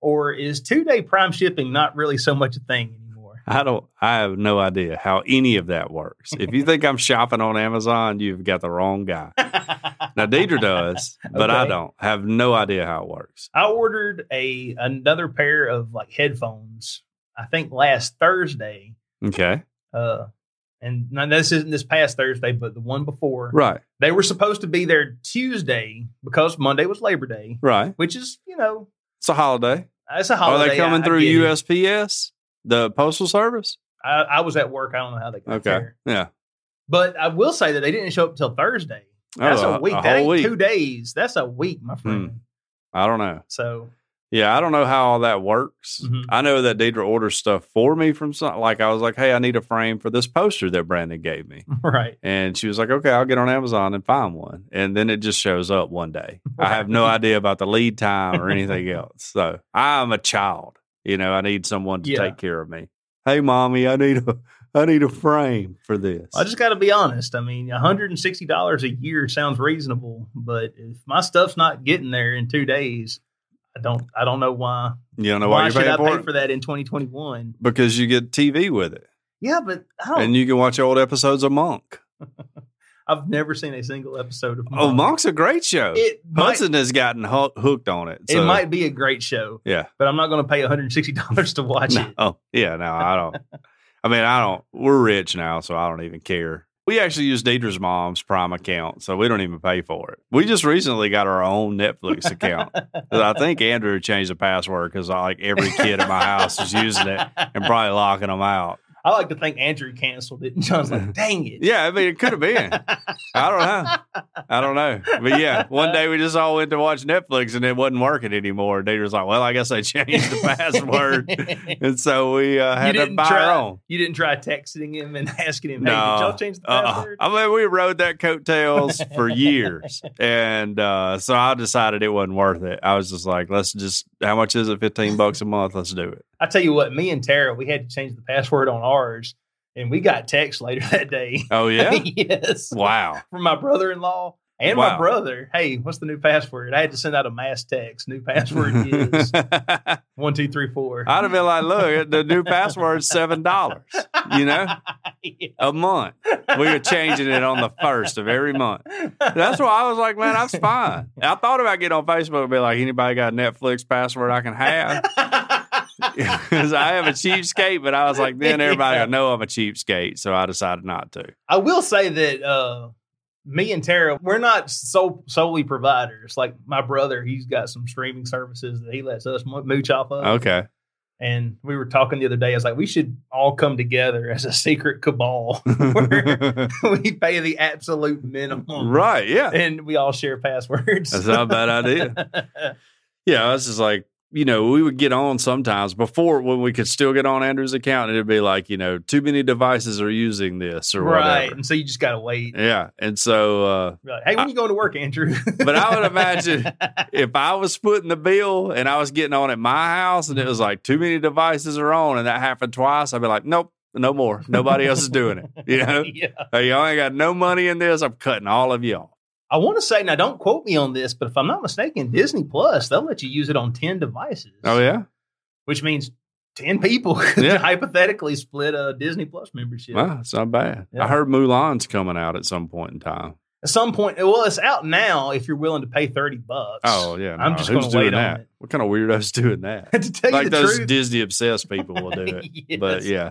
S3: or is two day prime shipping not really so much a thing anymore?
S2: I don't. I have no idea how any of that works. if you think I'm shopping on Amazon, you've got the wrong guy. Now, Deidre does, but I
S3: Okay.
S2: don't. Have no idea how it works.
S3: I ordered a another pair of like headphones. I think last Thursday,
S2: Okay,
S3: uh, and now this isn't this past Thursday, but the one before.
S2: right,
S3: They were supposed to be there Tuesday because Monday was Labor Day,
S2: right.
S3: which is you know
S2: It's a holiday.
S3: it's a holiday.
S2: Are Oh, they coming
S3: I- I
S2: through
S3: get it.
S2: USPS, the postal service?
S3: I, I was at work. I don't know how they got
S2: Okay,
S3: there.
S2: yeah,
S3: But I will say that they didn't show up till Thursday. That's
S2: Oh,
S3: a week. that
S2: whole
S3: ain't
S2: week. Hmm.
S3: two days. That's a week, my friend.
S2: I don't know.
S3: So
S2: Yeah, I don't know how all that works.
S3: Mhm.
S2: I know that Deidre orders stuff for me from some. Like I was like, hey, I need a frame for this poster that Brandon gave me,
S3: right.
S2: and she was like, okay, I'll get on Amazon and find one, and then it just shows up one day. I have no
S3: Right.
S2: idea about the lead time or anything else. So I'm a child. You know, I need someone to
S3: Yeah.
S2: take care of me. Hey, mommy, I need a I need a frame for this.
S3: I just got to be honest. I mean, one hundred and sixty dollars a year sounds reasonable, but if my stuff's not getting there in two days, I don't. I don't know why.
S2: you don't know
S3: why
S2: why,
S3: should
S2: you're
S3: I
S2: paying for
S3: pay
S2: it
S3: for that in twenty twenty one?
S2: because you get TV with it.
S3: Yeah, but I don't.
S2: and you can watch old episodes of Monk.
S3: I've never seen a single episode of.
S2: Oh, Monk's a great show.
S3: It might,
S2: Hudson has gotten ho- hooked on it.
S3: it
S2: so-
S3: might be a great show,
S2: Yeah.
S3: but I'm not going to pay one hundred and sixty dollars to watch
S2: No.
S3: it.
S2: Oh, yeah. No, I don't. I mean, I don't. We're rich now, so I don't even care. We actually use Deidre's mom's Prime account, so we don't even pay for it. We just recently got our own Netflix account. 'Cause I think Andrew changed the password because like every kid in my house is using it and probably locking them out.
S3: I like to think Andrew canceled it, and John's like, "Dang it!"
S2: Yeah, I mean, it could have been. I don't know. I don't know. But yeah, one day we just all went to watch Netflix and it wasn't working anymore. They was like, well, I guess I changed the password. and so we uh, had
S3: you
S2: to
S3: didn't
S2: buy
S3: try.
S2: our own.
S3: You didn't try texting him and asking him, "Hey,
S2: No.
S3: did y'all change the
S2: Uh,
S3: password?"
S2: I mean, we rode that coattails for years. And uh, so I decided it wasn't worth it. I was just like, let's just, how much is it? 15 bucks a month. Let's do it.
S3: I tell you what, me and Tara, we had to change the password on ours, and we got text later that day.
S2: Oh, yeah.
S3: yes,
S2: wow.
S3: from my brother-in-law and
S2: Wow.
S3: my brother. Hey, what's the new password? I had to send out a mass text. New password is
S2: I'd
S3: one two three four.
S2: have been like, look, the new password's $7, you know? a month. We were changing it on the first of every month. That's why I was like, man, that's fine. I thought about getting on Facebook and be like, anybody got a Netflix password I can have? Because I am a cheapskate, but I was like, then everybody
S3: Yeah.
S2: will know I'm a cheapskate. So I decided not to.
S3: I will say that uh, me and Tara, we're not so solely providers. Like my brother, he's got some streaming services that he lets us mo- mooch off of.
S2: Okay.
S3: And we were talking the other day. I was like, we should all come together as a secret cabal. we pay the absolute minimum,
S2: right. Yeah.
S3: And we all share passwords.
S2: That's not a bad idea. Yeah. I was just like, you know, we would get on sometimes before when we could still get on Andrew's account, and it'd be like, you know, too many devices are using this or
S3: right.
S2: whatever.
S3: And so you just got to wait.
S2: Yeah, and so, uh,
S3: You're like, hey, when you going to work, Andrew?
S2: but I would imagine if I was footing the bill and I was getting on at my house, and it was like too many devices are on, and that happened twice, I'd be like, nope, no more. Nobody else is doing it. You know,
S3: yeah.
S2: hey, y'all ain't got no money in this. I'm cutting all of y'all.
S3: I want to say now, don't quote me on this, but if I'm not mistaken, Disney Plus they'll let you use it on ten devices.
S2: Oh yeah,
S3: which means ten people could
S2: Yeah.
S3: hypothetically split a Disney Plus membership
S2: wow, it's not bad.
S3: Yeah.
S2: I heard Mulan's coming out at some point in time.
S3: at some point. Well, it's out now if you're willing to pay thirty bucks.
S2: Oh yeah,
S3: I'm
S2: no,
S3: just
S2: who's
S3: gonna
S2: doing
S3: wait on
S2: that?
S3: it.
S2: What kind of weirdos doing that?
S3: to tell
S2: like
S3: you the
S2: those
S3: truth,
S2: Disney obsessed people will do it, but
S3: yes.
S2: yeah,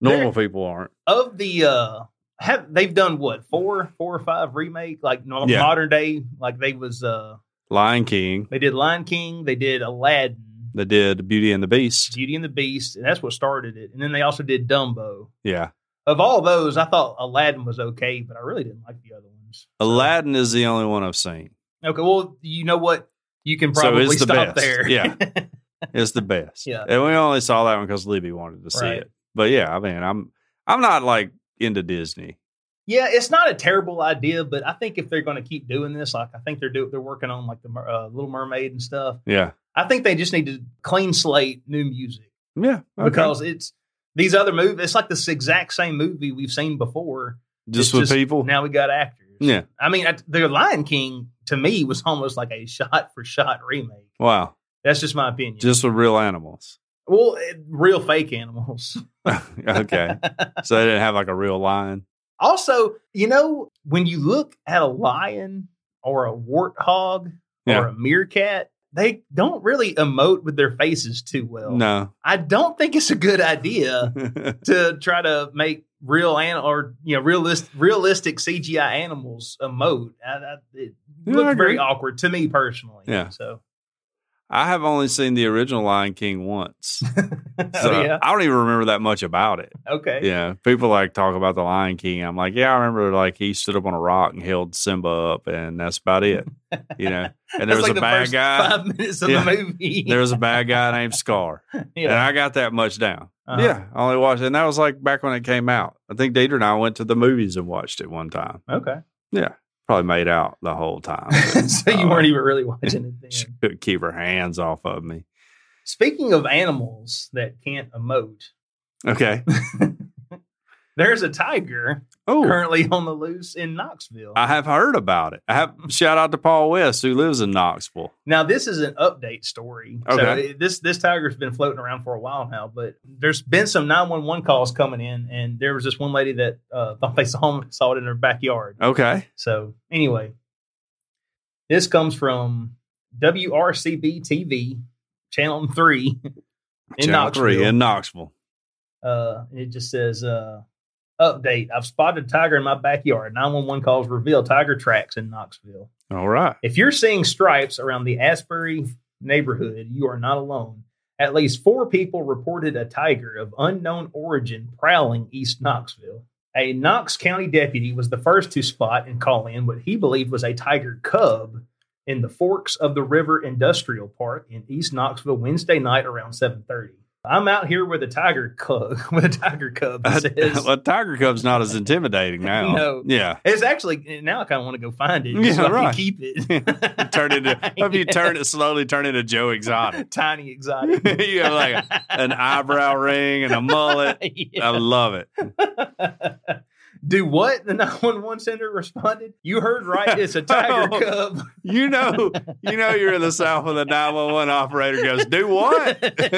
S2: normal people aren't.
S3: of the uh have they've done what four four or five remake like no,
S2: Yeah.
S3: modern day like they was uh
S2: Lion King,
S3: they did Lion King, they did Aladdin,
S2: they did Beauty and the Beast.
S3: Beauty and the Beast, and that's what started it. And then they also did Dumbo.
S2: Yeah,
S3: Of all those, I thought Aladdin was okay, but I really didn't like the other ones.
S2: Aladdin is the only one I've seen.
S3: Okay, well, you know what? You can
S2: So
S3: probably
S2: it's the
S3: stop
S2: best.
S3: there.
S2: Yeah. It's the best.
S3: Yeah.
S2: and we only saw that one because Libby wanted to see
S3: Right.
S2: it. But yeah, I mean, I'm I'm not like into Disney.
S3: yeah, it's not a terrible idea, but I think if they're going to keep doing this, like I think they're do, they're working on like the Mer- uh, Little Mermaid and stuff.
S2: Yeah,
S3: I think they just need to clean slate new music.
S2: yeah, okay.
S3: because it's these other movies. It's like this exact same movie we've seen before.
S2: just
S3: it's
S2: with
S3: just
S2: people.
S3: Now we got actors.
S2: yeah,
S3: I mean, I, the Lion King to me was almost like a shot for shot remake.
S2: wow,
S3: That's just my opinion.
S2: just with real animals.
S3: well, eh, real fake animals.
S2: okay, so they didn't have like a real lion.
S3: Also, you know, when you look at a lion or a warthog or
S2: Yeah.
S3: a meerkat, they don't really emote with their faces too well.
S2: No,
S3: I don't think it's a good idea to try to make real an or you know realist realistic CGI animals emote. I, I, it
S2: Yeah, I
S3: looked very
S2: agree.
S3: awkward to me personally.
S2: Yeah.
S3: So
S2: I have only seen the original Lion King once. So
S3: Oh, yeah.
S2: I don't even remember that much about it.
S3: Okay.
S2: Yeah. People like talk about the Lion King. I'm like, yeah, I remember like he stood up on a rock and held Simba up, and that's about it. You know, and there
S3: That's
S2: was
S3: like
S2: a
S3: the
S2: bad
S3: first
S2: guy.
S3: Five minutes of
S2: Yeah.
S3: the movie.
S2: There was a bad guy named Scar, and
S3: yeah.
S2: I got that much down.
S3: Uh-huh.
S2: Yeah, I only watched, it. and that was like back when it came out. I think Deidre and I went to the movies and watched it one time.
S3: Okay.
S2: Probably made out the whole time.
S3: so you
S2: uh,
S3: weren't even really watching it
S2: She
S3: then.
S2: couldn't keep her hands off of me.
S3: Speaking of animals that can't emote,
S2: Okay.
S3: there's a tiger
S2: Oh,
S3: currently on the loose in Knoxville.
S2: I have heard about it. I have shout out to Paul West who lives in Knoxville.
S3: Now this is an update story. So
S2: Okay.
S3: it- this this tiger's been floating around for a while now, but there's been some 911 calls coming in, and there was this one lady that uh, thought they saw, saw it in her backyard.
S2: Okay.
S3: So anyway, this comes from WRCB TV channel three in
S2: Channel
S3: Knoxville.
S2: three in Knoxville.
S3: uh, and it just says uh, update: I've spotted a tiger in my backyard. 911 calls reveal tiger tracks in Knoxville.
S2: All right.
S3: If you're seeing stripes around the Asbury neighborhood, you are not alone. At least four people reported a tiger of unknown origin prowling East Knoxville. A Knox County deputy was the first to spot and call in what he believed was a tiger cub in the forks of the River Industrial Park in East Knoxville Wednesday night around 7:30. I'm out here with a tiger cub, with a tiger cub. It says.
S2: well, Tiger Cub's not as intimidating now.
S3: No.
S2: Yeah.
S3: It's actually now I kind of want to go find it.
S2: Yeah,
S3: Yeah,
S2: right.
S3: Keep it.
S2: Turn into if you turn it slowly, turn into Joe Exotic.
S3: tiny exotic.
S2: you have like an eyebrow ring and a mullet. I
S3: Yeah.
S2: love it.
S3: Do what? The 911 center responded. You heard right. It's a tiger
S2: Oh.
S3: cub.
S2: You know, you know you're in the South when the 911 operator goes, do what?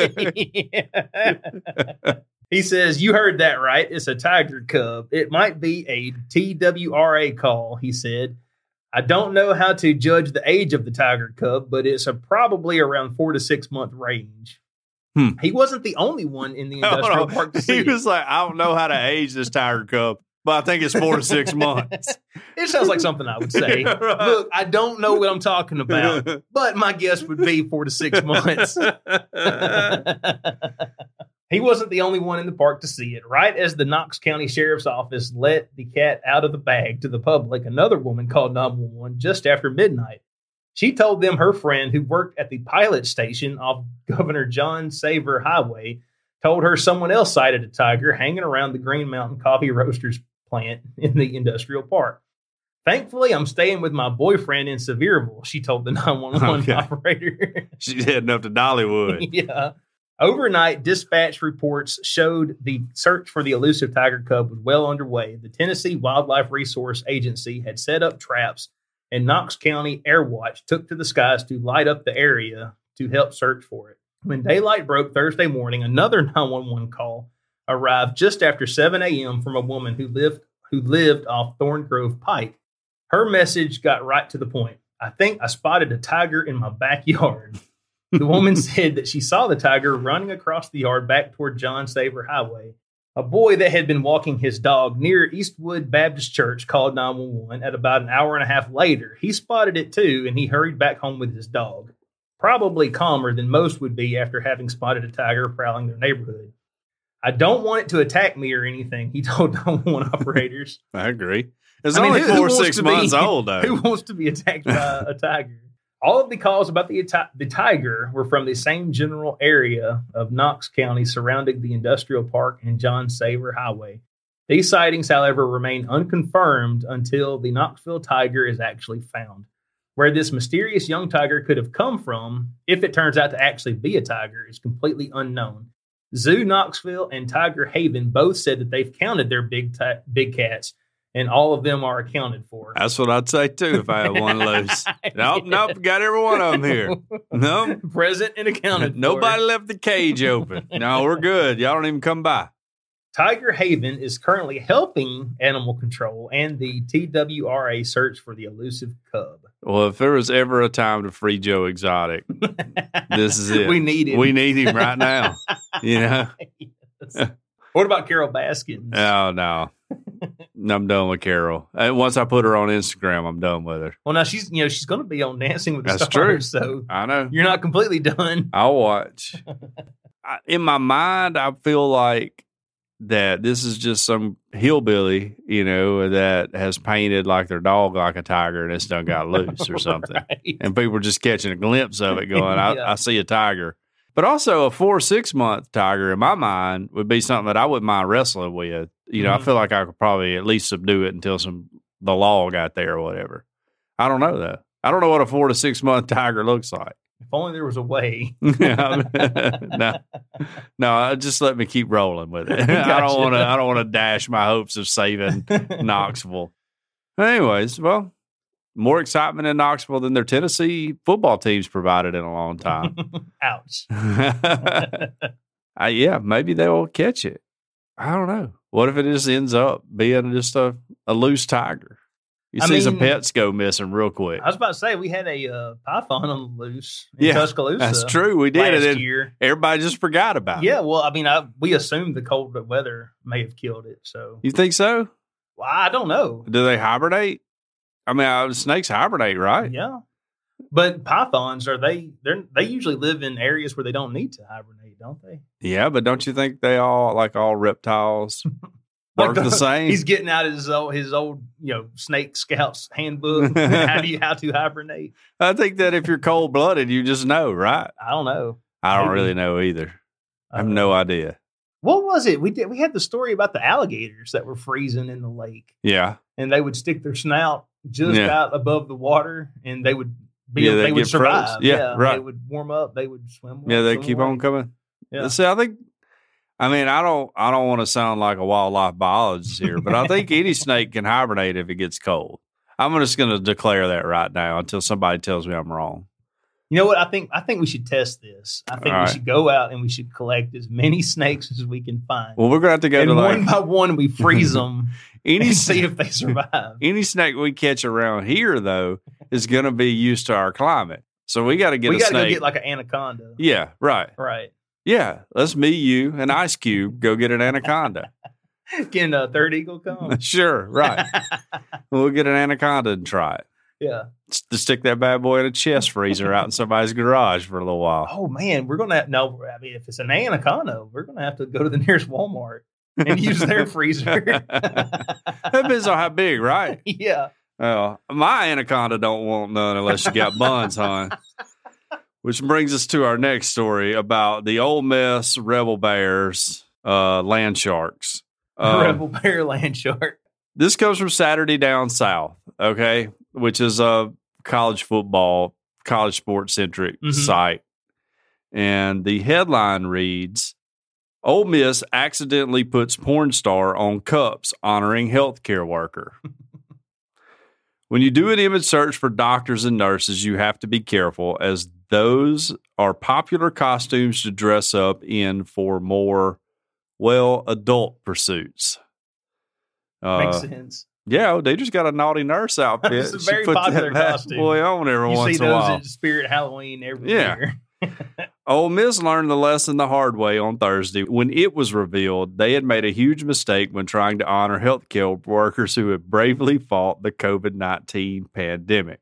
S3: Yeah. He says, You heard that right. It's a tiger cub. It might be a TWRA call, he said. I don't know how to judge the age of the tiger cub, but it's a probably around four to six month range.
S2: Hmm.
S3: He wasn't the only one in the
S2: Hold
S3: industrial
S2: on.
S3: park to see.
S2: He
S3: it.
S2: was like, I don't know how to age this Tiger Cub, but I think it's four to six months.
S3: It sounds like something I would say.
S2: Yeah, right.
S3: Look, I don't know what I'm talking about, but my guess would be four to six months. he wasn't the only one in the park to see it. Right as the Knox County Sheriff's Office let the cat out of the bag to the public, another woman called 911 just after midnight. She told them her friend who worked at the pilot station off Governor John Saver Highway told her someone else sighted a tiger hanging around the Green Mountain Coffee Roasters plant in the industrial park. Thankfully, I'm staying with my boyfriend in Sevierville, she told the 911
S2: Okay.
S3: operator.
S2: She's heading up to Dollywood.
S3: yeah. Overnight, dispatch reports showed the search for the elusive tiger cub was well underway. The Tennessee Wildlife Resource Agency had set up traps, and Knox County Air Watch took to the skies to light up the area to help search for it. When daylight broke Thursday morning, another 911 call arrived just after 7 a.m. from a woman who lived who lived off Thorngrove Pike. Her message got right to the point. I think I spotted a tiger in my backyard. The woman said that she saw the tiger running across the yard back toward John Saver Highway. A boy that had been walking his dog near Eastwood Baptist Church called 911 at about an hour and a half later. He spotted it too and he hurried back home with his dog, probably calmer than most would be after having spotted a tiger prowling their neighborhood. I don't want it to attack me or anything, he told 911 operators.
S2: I agree. It's
S3: I mean,
S2: only
S3: who- who
S2: four or
S3: wants
S2: six
S3: to be-
S2: months old, though.
S3: Who wants to be attacked by a tiger? All of the calls about the, ati- the tiger were from the same general area of Knox County surrounding the industrial park and John Saver Highway. These sightings, however, remain unconfirmed until the Knoxville tiger is actually found. Where this mysterious young tiger could have come from, if it turns out to actually be a tiger, is completely unknown. Zoo Knoxville and Tiger Haven both said that they've counted their big ti- big cats, and all of them are accounted for.
S2: That's what I'd say too if I had one loose. Nope, nope, got every one of them here. Nope.
S3: Present and accounted. for.
S2: Nobody left the cage open. No, we're good. Y'all don't even come by.
S3: Tiger Haven is currently helping animal control and the TWRA search for the elusive cub.
S2: Well, if there was ever a time to free Joe Exotic, this is it.
S3: we need it.
S2: We need him right now. You know?
S3: what about Carol Baskins?
S2: Oh no. I'm done with Carol. And once I put her on Instagram, I'm done with her.
S3: well, now she's you know she's going to be on Dancing with the
S2: That's
S3: Stars, so
S2: I know.
S3: you're not completely done.
S2: I'll watch. I, in my mind, I feel like that this is just some hillbilly, you know, that has painted like their dog like a tiger and it's done got loose or something.
S3: Right.
S2: And people are just catching a glimpse of it going,
S3: Yeah.
S2: I, I see a tiger. But also, a four, six month tiger in my mind would be something that I wouldn't mind wrestling with. You know,
S3: Mhm.
S2: I feel like I could probably at least subdue it until some the law got there or whatever. I don't know though. I don't know what a four to six month tiger looks like.
S3: If only there was a way.
S2: Yeah, I'm- no, no, uh, just let me keep rolling with it. I
S3: Gotcha.
S2: don't want to. I don't want to dash my hopes of saving Knoxville. Anyways, well, more excitement in Knoxville than their Tennessee football teams provided in a long time.
S3: Ouch.
S2: uh, yeah, maybe they will catch it. I don't know. What if it just ends up being just a, a loose tiger? You
S3: I
S2: see some
S3: mean-
S2: pets go missing real quick.
S3: I was about to say we had a uh, python on the loose in
S2: Yeah,
S3: Tuscaloosa.
S2: That's true. We did
S3: Last
S2: it. And
S3: year.
S2: everybody just forgot about it.
S3: Yeah, well, I mean, I, we assumed the cold weather may have killed it. So
S2: You think so?
S3: well, I don't know.
S2: Do they hibernate? I mean, uh, snakes hibernate, right?
S3: Yeah, but pythons are they? They're they usually live in areas where they don't need to hibernate, don't they?
S2: Yeah, but don't you think they all like all reptiles
S3: Like
S2: work
S3: the-
S2: the, same?
S3: He's getting out his old his old you know snake scouts handbook. how do you how to hibernate?
S2: I think that if you're cold blooded, you just know, right?
S3: I don't know.
S2: I don't
S3: Maybe.
S2: really know either. I have
S3: Uh,
S2: no idea.
S3: What was it? We did. We had the story about the alligators that were freezing in the lake,
S2: Yeah,
S3: and they would stick their snout just
S2: Yeah.
S3: out above the water, and they would be
S2: Yeah,
S3: they
S2: they'd
S3: would
S2: get froze.
S3: survive.
S2: Yeah,
S3: They
S2: right.
S3: would warm up. They would swim.
S2: yeah, they
S3: swim
S2: keep
S3: away.
S2: on coming.
S3: Yeah.
S2: See, I think. I mean, I don't. I don't want to sound like a wildlife biologist here, but I think any snake can hibernate if it gets cold. I'm just going to declare that right now until somebody tells me I'm wrong.
S3: You know what? I think I think we should test this. I think
S2: All
S3: we
S2: right.
S3: should go out and we should collect as many snakes as we can find.
S2: Well, we're going to have to go
S3: and
S2: to like
S3: one by one, we freeze them
S2: any
S3: and see if they survive.
S2: any snake we catch around here though is going to be used to our climate. So we got to get
S3: we
S2: a
S3: got to go
S2: snake.
S3: get like an anaconda,
S2: yeah, right.
S3: right?
S2: Yeah, let's me, you, and Ice Cube go get an anaconda.
S3: Can a third eagle come?
S2: sure, right. we'll get an anaconda and try it.
S3: yeah.
S2: S- To stick that bad boy in a chest freezer out in somebody's garage for a little while.
S3: Oh man, we're gonna have, no. I mean, if it's an anaconda, we're gonna have to go to the nearest Walmart and use their freezer.
S2: that depends on how big, right?
S3: yeah.
S2: Oh, my anaconda don't want none unless you got buns, hon. Which brings us to our next story about the Ole Miss Rebel Bears uh, land sharks. Um,
S3: Rebel Bear Land Shark.
S2: this comes from Saturday Down South, okay, which is a college football, college sports centric
S3: Mhm.
S2: site. And the headline reads Ole Miss accidentally puts porn star on cups honoring healthcare worker. when you do an image search for doctors and nurses, you have to be careful as those are popular costumes to dress up in for more, well, adult pursuits.
S3: Makes
S2: Uh,
S3: sense.
S2: yeah, they just got a naughty nurse outfit.
S3: It's a
S2: She
S3: very
S2: put
S3: popular
S2: that bad
S3: costume.
S2: Boy, on every
S3: You see
S2: once in a
S3: those
S2: while.
S3: at Spirit Halloween every
S2: Yeah.
S3: year.
S2: Ole Miss learned the lesson the hard way on Thursday when it was revealed they had made a huge mistake when trying to honor healthcare workers who had bravely fought the COVID 19 pandemic.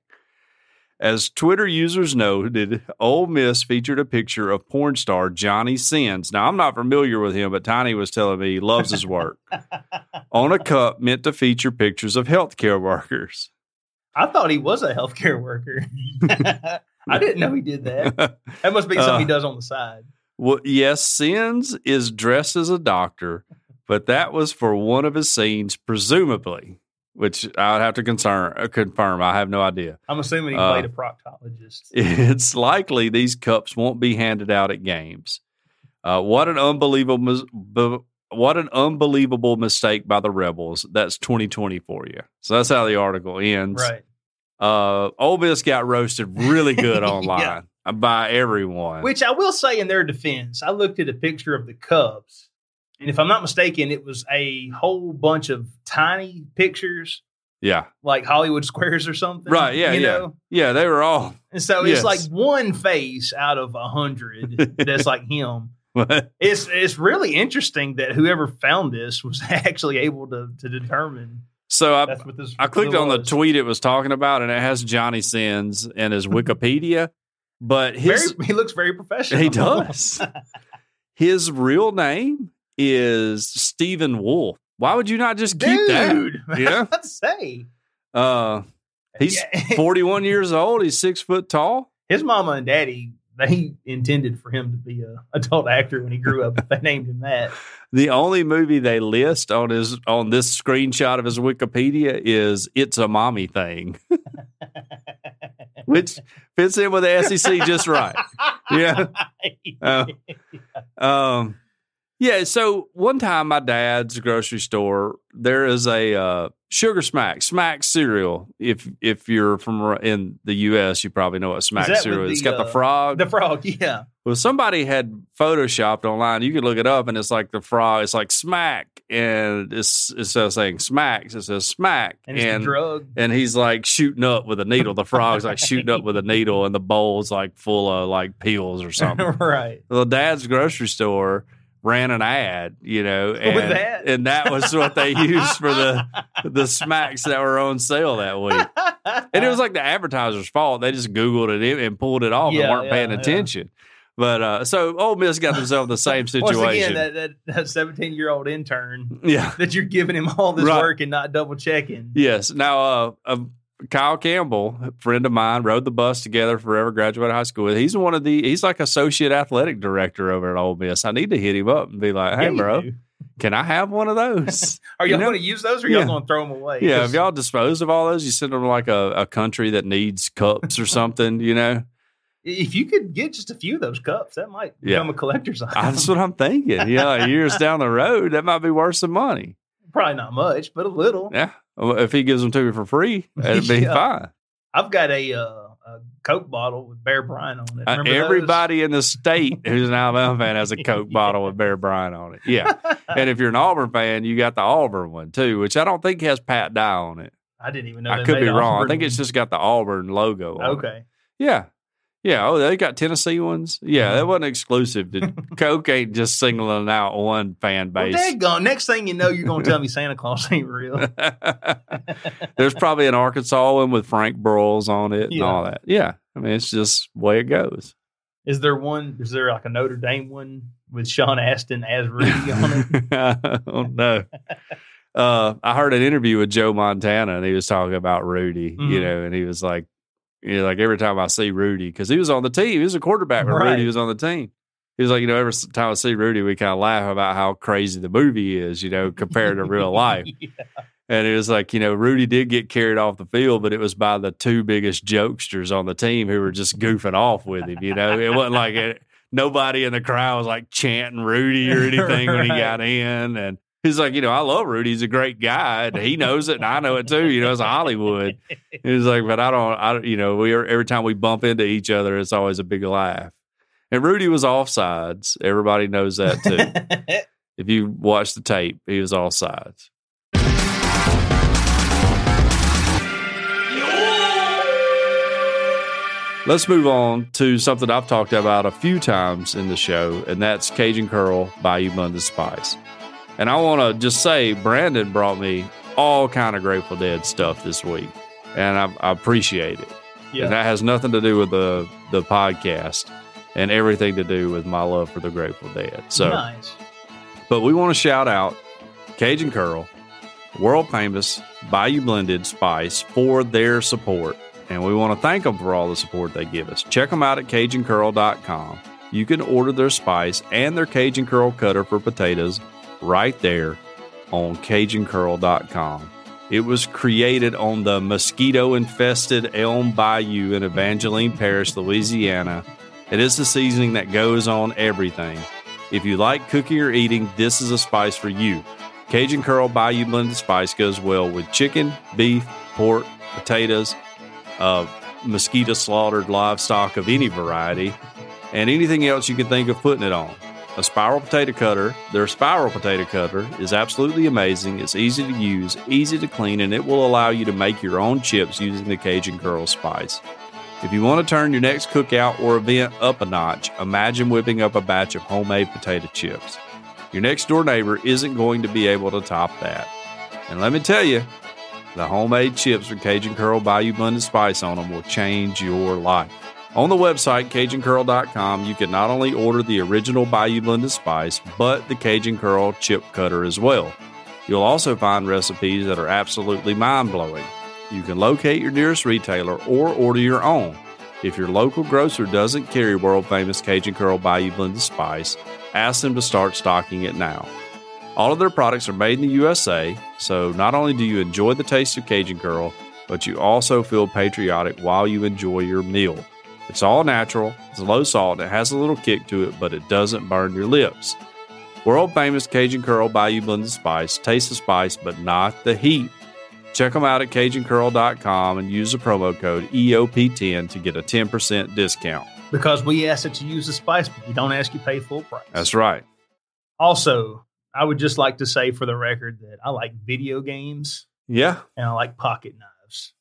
S2: As Twitter users noted, Ole Miss featured a picture of porn star Johnny Sins. Now, I'm not familiar with him, but Tiny was telling me he loves his work. on a cup meant to feature pictures of healthcare workers.
S3: I thought he was a healthcare worker. I didn't know he did that. That must be
S2: Uh,
S3: something he does on the side.
S2: Well, yes, Sins is dressed as a doctor, but that was for one of his scenes, presumably, which I would have to concern, uh, confirm. I have no idea.
S3: I'm assuming he
S2: uh,
S3: played a proctologist.
S2: It's likely these cups won't be handed out at games. Uh, what an unbelievable, mis- bu- what an unbelievable mistake by the Rebels. That's 2020 for you. So that's how the article ends.
S3: right.
S2: Uh, Ole Miss got roasted really good
S3: Yeah.
S2: online by everyone.
S3: Which I will say in their defense, I looked at a picture of the Cubs, and if I'm not mistaken, it was a whole bunch of tiny pictures,
S2: yeah,
S3: like Hollywood squares or something.
S2: Right, yeah,
S3: You
S2: yeah.
S3: know?
S2: yeah, they were all.
S3: And so
S2: Yes.
S3: it's like one face out of a hundred that's like him. It's it's really interesting that whoever found this was actually able to to determine
S2: So I,
S3: that's what this.
S2: I clicked
S3: really
S2: on the
S3: was.
S2: tweet it was talking about, and it has Johnny Sins and his Wikipedia, but his
S3: Very, he looks very professional.
S2: he does. his real name is Stephen Wolf. Why would you not just keep
S3: dude.
S2: that? Yeah.
S3: I'd say
S2: Uh, he's
S3: Yeah.
S2: 41 years old. He's six foot tall.
S3: his mama and daddy they intended for him to be a adult actor when he grew up. they named him that.
S2: The only movie they list on his on this screenshot of his Wikipedia is "It's a Mommy Thing," which fits in with the SEC just right. Yeah. Uh, um, yeah. So one time, my dad's grocery store there is a uh, Sugar Smack Smack cereal. If if you're from ar- in the U.S., you probably know what Smack
S3: that with
S2: cereal is. It's
S3: the,
S2: got the
S3: uh,
S2: frog.
S3: the frog, yeah.
S2: well, somebody had photoshopped online. You could look it up, and it's like the frog. It's like Smack, and it's instead of saying Smacks, it says Smack,
S3: And it's the drug.
S2: and he's like shooting up with a needle. The frog's like shooting up with a needle, and the bowl's like full of like pills or something
S3: right.
S2: the dad's grocery store ran an ad, you know, and
S3: that?
S2: and that was what they used for the the smacks that were on sale that week. And it was like the advertiser's fault. They just googled it and pulled it off and
S3: Yeah,
S2: weren't
S3: yeah,
S2: paying
S3: yeah.
S2: attention. But uh, so Ole Miss got themselves in the same situation.
S3: Once again, that that that seventeen year old intern
S2: yeah.
S3: that you're giving him all this
S2: Right.
S3: work and not double checking.
S2: Yes. Now, uh, uh, Kyle Campbell, a friend of mine, rode the bus together forever, graduated high school with. He's one of the, he's like associate athletic director over at Ole Miss. I need to hit him up and be like,
S3: Yeah,
S2: hey,
S3: you
S2: bro,
S3: do.
S2: can I have one of those?
S3: Are
S2: You
S3: y'all
S2: know-
S3: going to use those or y'all
S2: Yeah.
S3: going to throw them away?
S2: Yeah,
S3: 'Cause
S2: if y'all disposed of all those, you send them to like a, a country that needs cups or something, you know?
S3: if you could get just a few of those cups, that might
S2: Yeah.
S3: become a collector's item.
S2: That's what I'm thinking. Yeah, years down the road, that might be worth some money.
S3: Probably not much, but a little.
S2: Yeah. Well, If he gives them to me for free, it'd be
S3: Yeah.
S2: fine.
S3: I've got a, uh, a Coke bottle with Bear Bryant on it.
S2: Uh,
S3: Remember those?
S2: everybody in the state who's an Alabama fan has a Coke
S3: Yeah.
S2: bottle with Bear Bryant on it. Yeah. and if you're an Auburn fan, you got the Auburn one too, which I don't think has Pat Dye on it.
S3: I didn't even know.
S2: I
S3: they
S2: could be
S3: made
S2: wrong.
S3: Auburn.
S2: I think it's just got the Auburn logo on it.
S3: okay.
S2: Yeah. Yeah. Oh, they got Tennessee ones. Yeah,
S3: Uh-huh.
S2: that wasn't exclusive. to Coke ain't just singling out one fan
S3: Well,
S2: base.
S3: daggone. Next thing you know, you're going to tell me Santa Claus ain't real.
S2: There's probably an Arkansas one with Frank Broyles on it and
S3: Yeah.
S2: all that. Yeah. I mean, it's just the way it goes.
S3: Is there one? Is there like a Notre Dame one with Sean Aston as Rudy on it?
S2: I don't know. Oh, uh, I heard an interview with Joe Montana, and he was talking about Rudy, you
S3: Mhm.
S2: know, and he was like, you know, like every time I see Rudy, because he was on the team, he was a quarterback when
S3: Right.
S2: Rudy was on the team. He was like, you know, every time I see Rudy, we kind of laugh about how crazy the movie is, you know, compared to real life. And it was like, you know, Rudy did get carried off the field, but it was by the two biggest jokesters on the team who were just goofing off with him. You know, it wasn't like it, nobody in the crowd was like chanting Rudy or anything when he
S3: Right.
S2: got in. And he's like, you know, I love Rudy. He's a great guy. And he knows it. And I know it too. You know, it's Hollywood. He was like, but I don't, I, don't- you know, we are, every time we bump into each other, it's always a big laugh. And Rudy was offsides. Everybody knows that too. If you watch the tape, he was all sides. Let's move on to something I've talked about a few times in the show, and that's Cajun Curl Bayou Bundes Spice. And I want to just say, Brandon brought me all kind of Grateful Dead stuff this week, and I, I appreciate it.
S3: Yeah.
S2: And that has nothing to do with the the podcast, and everything to do with my love for the Grateful Dead. So.
S3: nice.
S2: But we want to shout out Cajun Curl, world famous Bayou Blended Spice for their support. And we want to thank them for all the support they give us. Check them out at CajunCurl.com. You can order their spice and their Cajun Curl cutter for potatoes right there on CajunCurl.com. It was created on the mosquito infested Elm Bayou in Evangeline Parish, Louisiana. It is the seasoning that goes on everything. If you like cooking or eating, this is a spice for you. Cajun Curl Bayou Blended Spice goes well with chicken, beef, pork, potatoes, uh, mosquito slaughtered livestock of any variety, and anything else you can think of putting it on. A spiral potato cutter, their spiral potato cutter is absolutely amazing. It's easy to use, easy to clean, and it will allow you to make your own chips using the Cajun Curl spice. If you want to turn your next cookout or event up a notch, imagine whipping up a batch of homemade potato chips. Your next door neighbor isn't going to be able to top that. And let me tell you, the homemade chips with Cajun Curl Bayou Blended Spice on them will change your life. On the website, CajunCurl.com, you can not only order the original Bayou Blended Spice, but the Cajun Curl chip cutter as well. You'll also find recipes that are absolutely mind blowing. You can locate your nearest retailer or order your own. If your local grocer doesn't carry world famous Cajun Curl Bayou Blended Spice, ask them to start stocking it now. All of their products are made in the USA, so not only do you enjoy the taste of Cajun Curl, but you also feel patriotic while you enjoy your meal. It's all natural, it's low salt, and it has a little kick to it, but it doesn't burn your lips. World famous Cajun Curl Bayou Blended Spice tastes the spice, but not the heat. Check them out at CajunCurl.com and use the promo code E EOP10 to get a 10% discount.
S3: Because we ask that you use the spice, but we don't ask you to pay full price.
S2: That's right.
S3: Also, I would just like to say for the record that I like video games
S2: Yeah.
S3: and I like pocket knives.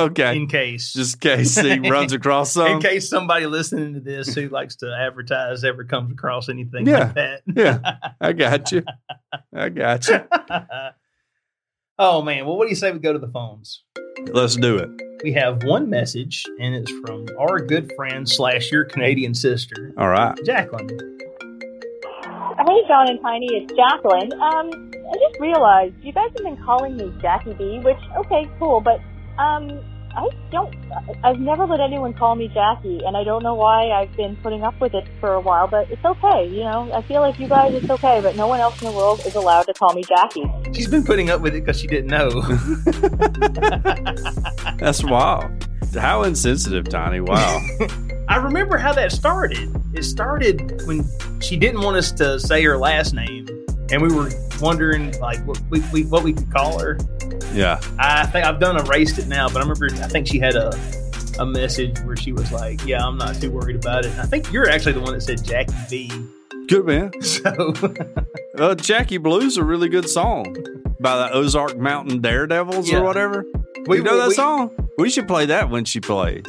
S2: Okay.
S3: in case.
S2: Just um, KC runs across
S3: in
S2: some.
S3: case somebody listening to this who likes to advertise ever comes across anything like that.
S2: Yeah. I got you. I got you.
S3: oh man. Well, what do you say we go to the phones?
S2: Let's do it.
S3: We have one message, and it's from our good friend slash your Canadian sister,
S2: All right.
S3: Jacqueline.
S4: Hey, John and Tiny, it's Jacqueline. Um, I just realized you guys have been calling me Jackie B, which okay, cool, but um, I don't. I- I've never let anyone call me Jackie, and I don't know why I've been putting up with it for a while. But it's okay, you know. I feel like you guys, it's okay, but no one else in the world is allowed to call me Jackie.
S3: She's been putting up with it because she didn't know.
S2: That's wild. How insensitive, Tiny. Wow.
S3: I remember how that started. It started when she didn't want us to say her last name, and we were wondering like what we, we what we could call her.
S2: Yeah.
S3: I think I've done erased it now, but I remember I think she had a a message where she was like, "Yeah, I'm not too worried about it." And I think you're actually the one that said Jackie B.
S2: Good man.
S3: So
S2: Uh, Jackie Blue's a really good song by the Ozark Mountain Daredevils
S3: Yeah.
S2: or whatever. We you know that
S3: we-
S2: song. We should play that when she plays.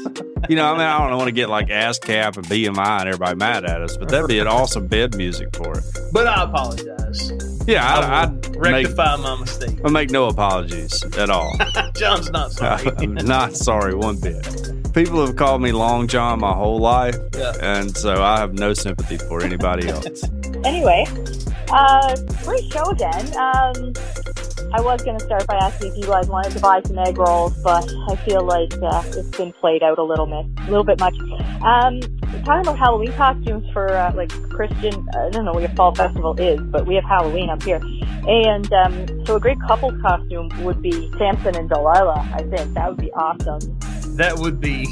S2: You know, I mean, I don't want to get like ass cap and BMI and everybody mad at us, but that'd be an awesome bed music for it.
S3: But I apologize.
S2: Yeah,
S3: I
S2: I,
S3: will
S2: I'd make,
S3: rectify my mistake.
S2: I make no apologies at all.
S3: John's not sorry.
S2: I'm not sorry one bit. People have called me Long John my whole life,
S3: Yeah.
S2: and so I have no sympathy for anybody else.
S4: Anyway, uh, great show again. Um, I was going to start by asking if you guys wanted to buy some egg rolls, but I feel like uh, it's been played out a little bit, a little bit much. Um, talking about Halloween costumes for uh, like Christian, I don't know what your fall festival is, but we have Halloween up here, and um, so a great couple costume would be Samson and Delilah. I think that would be awesome.
S3: That would be.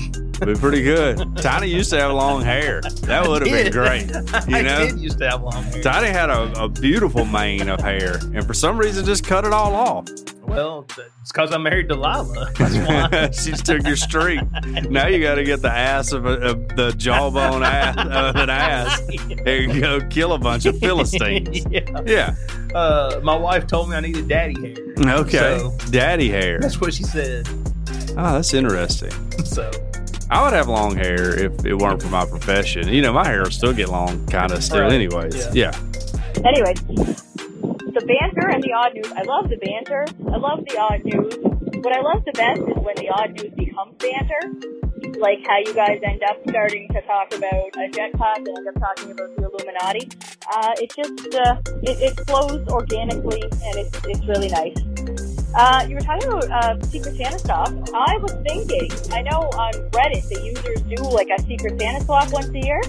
S2: Be pretty good. Tiny used to have long hair. That would have been
S3: did.
S2: great.
S3: I
S2: You know?
S3: did used to have long hair.
S2: Tiny had a, a beautiful mane of hair, and for some reason, just cut it all off.
S3: Well, th- it's because I married Delilah. That's why.
S2: she just took your streak. Now you got to get the ass of, a, of the jawbone ass of an ass and go kill a bunch of philistines.
S3: yeah.
S2: Yeah.
S3: Uh, my wife told me I needed daddy hair.
S2: Okay.
S3: So-
S2: Daddy hair.
S3: That's what she said.
S2: Oh, that's interesting.
S3: So
S2: I would have long hair if it weren't for my profession. You know, my hair will still get long, kind of still,
S3: Right.
S2: anyways. Yeah.
S4: Anyway, the banter and the odd news. I love the banter. I love the odd news. What I love the best is when the odd news becomes banter, like how you guys end up starting to talk about a jetpack and end up talking about the Illuminati. Uh, it just uh, it, it flows organically and it's it's really nice. Uh, you were talking about uh, Secret Santa stuff. I was thinking, I know on Reddit the users do like a Secret Santa swap once a year.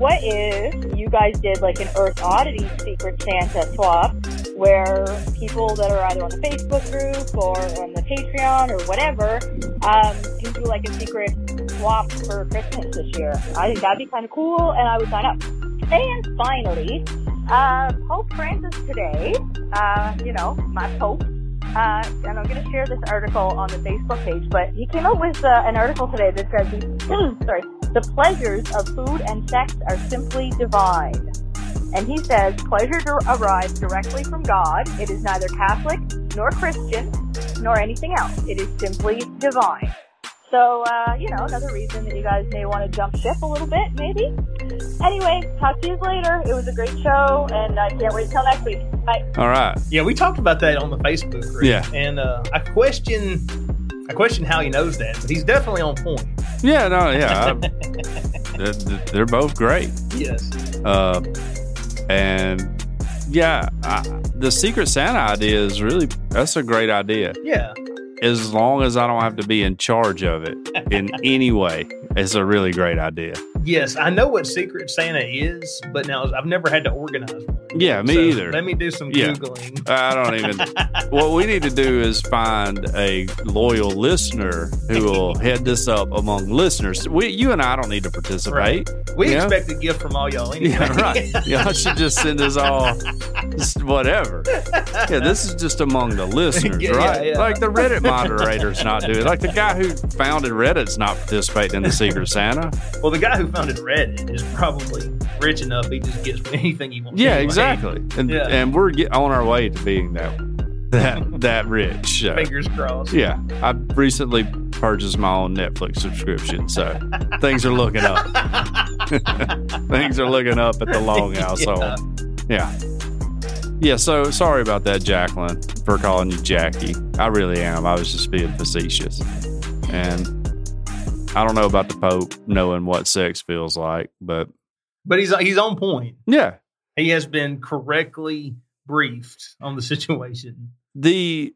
S4: What if you guys did like an Earth Oddity Secret Santa swap where people that are either on the Facebook group or on the Patreon or whatever um, can do like a secret swap for Christmas this year? I think that'd be kind of cool and I would sign up. And finally, uh, Pope Francis today, uh, you know, my Pope uh, and I'm going to share this article on the Facebook page, but he came out with uh, an article today that says, the, sorry, the pleasures of food and sex are simply divine. And he says, pleasure der- arrives directly from God. It is neither Catholic, nor Christian, nor anything else. It is simply divine. So, uh, you know, another reason that you guys may want to jump ship a little bit, maybe. Anyway, talk to you later. It was a great show, and I can't wait till next week. Bye.
S2: All right.
S3: yeah, we talked about that on the Facebook group.
S2: Yeah.
S3: and uh, I question, I question how he knows that, but he's definitely on point.
S2: Yeah. No. Yeah. I- they're, they're both great.
S3: Yes.
S2: Uh, and yeah, I, the Secret Santa idea is really that's a great idea.
S3: Yeah.
S2: As long as I don't have to be in charge of it in any way, it's a really great idea.
S3: Yes, I know what Secret Santa is, but now I've never had to organize one.
S2: Yeah, me
S3: So
S2: either.
S3: Let me do some
S2: Yeah.
S3: googling.
S2: I don't even. what we need to do is find a loyal listener who will head this up among listeners. We, you and I don't need to participate.
S3: We
S2: Uh, Yeah.
S3: expect a gift from all y'all anyway.
S2: Yeah, right. Y'all should just send us all just whatever. Yeah, this is just among the listeners,
S3: Yeah,
S2: right?
S3: yeah, yeah.
S2: Like the Reddit moderator's not doing Like the guy who founded Reddit's not participating in the Secret Santa.
S3: Well, the guy who founded Reddit is probably rich enough; he just gets anything he wants.
S2: Yeah,
S3: anyway.
S2: exactly. And,
S3: Yeah.
S2: and we're get on our way to being that that that rich. so.
S3: Fingers crossed.
S2: Yeah, I recently purchased my own Netflix subscription, so things are looking up. things are looking up at the Long household. Yeah. yeah. so sorry about that, Jacqueline, for calling you Jackie. I really am. I was just being facetious. And I don't know about the Pope knowing what sex feels like, but
S3: But he's he's on point.
S2: yeah,
S3: He has been correctly briefed on the situation.
S2: the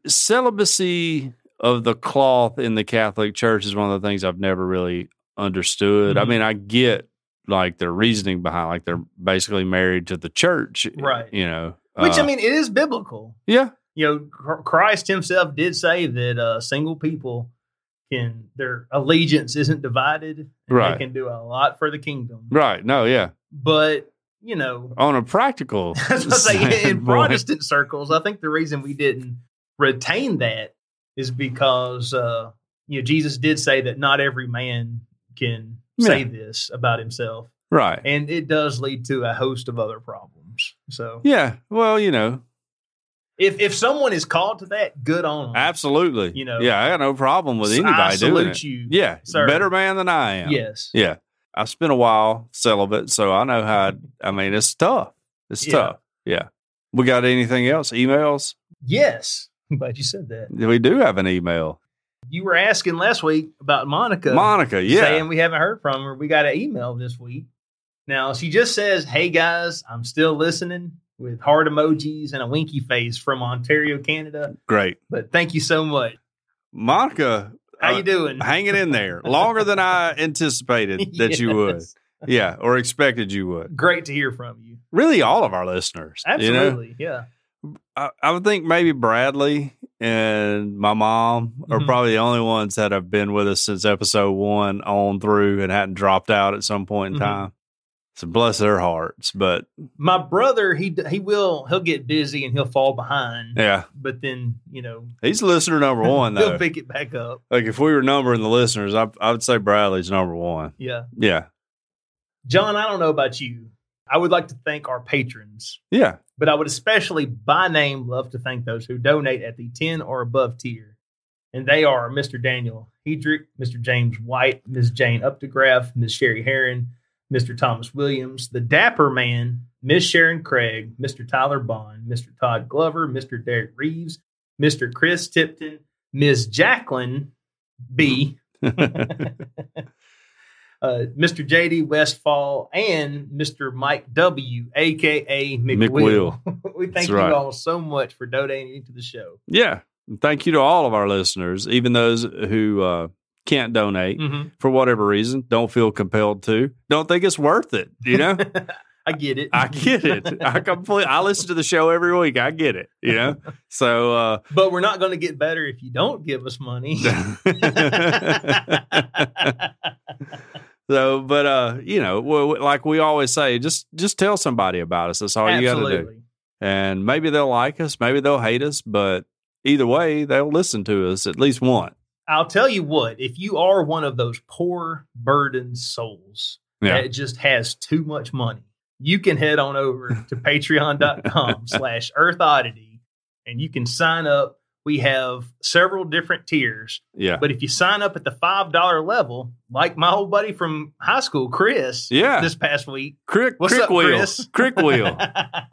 S2: celibacy of the cloth in the Catholic Church is one of the things I've never really understood. I
S3: Mhm.
S2: mean, I get like their reasoning behind, like they're basically married to the church,
S3: Right.
S2: You know,
S3: Which
S2: Uh,
S3: I mean, it is biblical.
S2: yeah,
S3: You know, Chr- Christ Himself did say that uh, single people can their allegiance isn't divided. And
S2: Right.
S3: They can do a lot for the kingdom.
S2: right. No, yeah.
S3: But you know,
S2: On a practical,
S3: I was gonna say, in
S2: standpoint,
S3: Protestant circles, I think the reason we didn't retain that is because uh, you know Jesus did say that not every man can say
S2: Yeah.
S3: this about himself,
S2: right?
S3: and it does lead to a host of other problems. So,
S2: Yeah. Well, you know,
S3: if if someone is called to that, good on 'em.
S2: absolutely.
S3: Um, You know,
S2: yeah, I got no problem with anybody
S3: I
S2: doing
S3: salute
S2: it.
S3: you.
S2: Yeah,
S3: sir.
S2: better man than I am.
S3: Yes.
S2: Yeah. I spent a while celibate, so I know how I mean it's tough. It's
S3: Yeah.
S2: tough. Yeah. We got anything else? Emails?
S3: Yes. I'm glad you said that.
S2: We do have an email.
S3: You were asking last week about Monica.
S2: Monica, yeah.
S3: saying we haven't heard from her. We got an email this week. Now she just says, "Hey guys, I'm still listening. with heart emojis and a winky face from Ontario, Canada.
S2: Great.
S3: But thank you so much.
S2: Monica,
S3: How
S2: Uh,
S3: you doing?
S2: hanging in there longer than I anticipated that you would.
S3: Yes.
S2: Yeah, or expected you would.
S3: Great to hear from you.
S2: Really, all of our listeners. you know?
S3: Absolutely. Yeah.
S2: I, I would think maybe Bradley and my mom are
S3: Mhm.
S2: probably the only ones that have been with us since episode one on through and hadn't dropped out at some point in
S3: Mhm.
S2: time. So bless their hearts. But
S3: My brother, he d- he will he'll get busy and he'll fall behind,
S2: yeah,
S3: but then you know
S2: he's listener number one
S3: he'll
S2: though.
S3: pick it back up.
S2: like if we were numbering the listeners, I, I would say Bradley's number one.
S3: Yeah,
S2: Yeah,
S3: John, I don't know about you. I would like to thank our patrons,
S2: yeah,
S3: but I would especially by name love to thank those who donate at the ten or above tier, and they are Mr. Daniel Hedrick, Mr. James White, Ms. Jane Updegraff, Ms. Sherry Heron, Mr. Thomas Williams, the Dapper Man, Ms. Sharon Craig, Mr. Tyler Bond, Mr. Todd Glover, Mr. Derek Reeves, Mr. Chris Tipton, Ms. Jacqueline B, uh, Mr. JD Westfall, and Mr. Mike W, aka McWill. we thank
S2: That's
S3: you
S2: right.
S3: all so much for donating to the show.
S2: yeah. And Thank you to all of our listeners, even those who uh, can't donate
S3: Mm.
S2: for whatever reason, don't feel compelled to, don't think it's worth it. You know.
S3: I get it.
S2: I get it. I completely. I listen to the show every week. I get it. You know. So uh,
S3: but we're not going to get better if you don't give us money.
S2: so, but uh, you know, well, like we always say, just just tell somebody about us. That's all you got to do.
S3: Absolutely.
S2: And maybe they'll like us. Maybe they'll hate us. But either way, they'll listen to us at least once.
S3: I'll tell you what, if you are one of those poor burdened souls
S2: Yeah.
S3: that just has too much money, you can head on over to patreon.com slash earth oddity and you can sign up. We have several different tiers,
S2: Yeah.
S3: but if you sign up at the $5 level, like my old buddy from high school, Chris,
S2: Yeah.
S3: this past week,
S2: Crick,
S3: What's
S2: crick
S3: up,
S2: wheel.
S3: Chris?
S2: Crick wheel.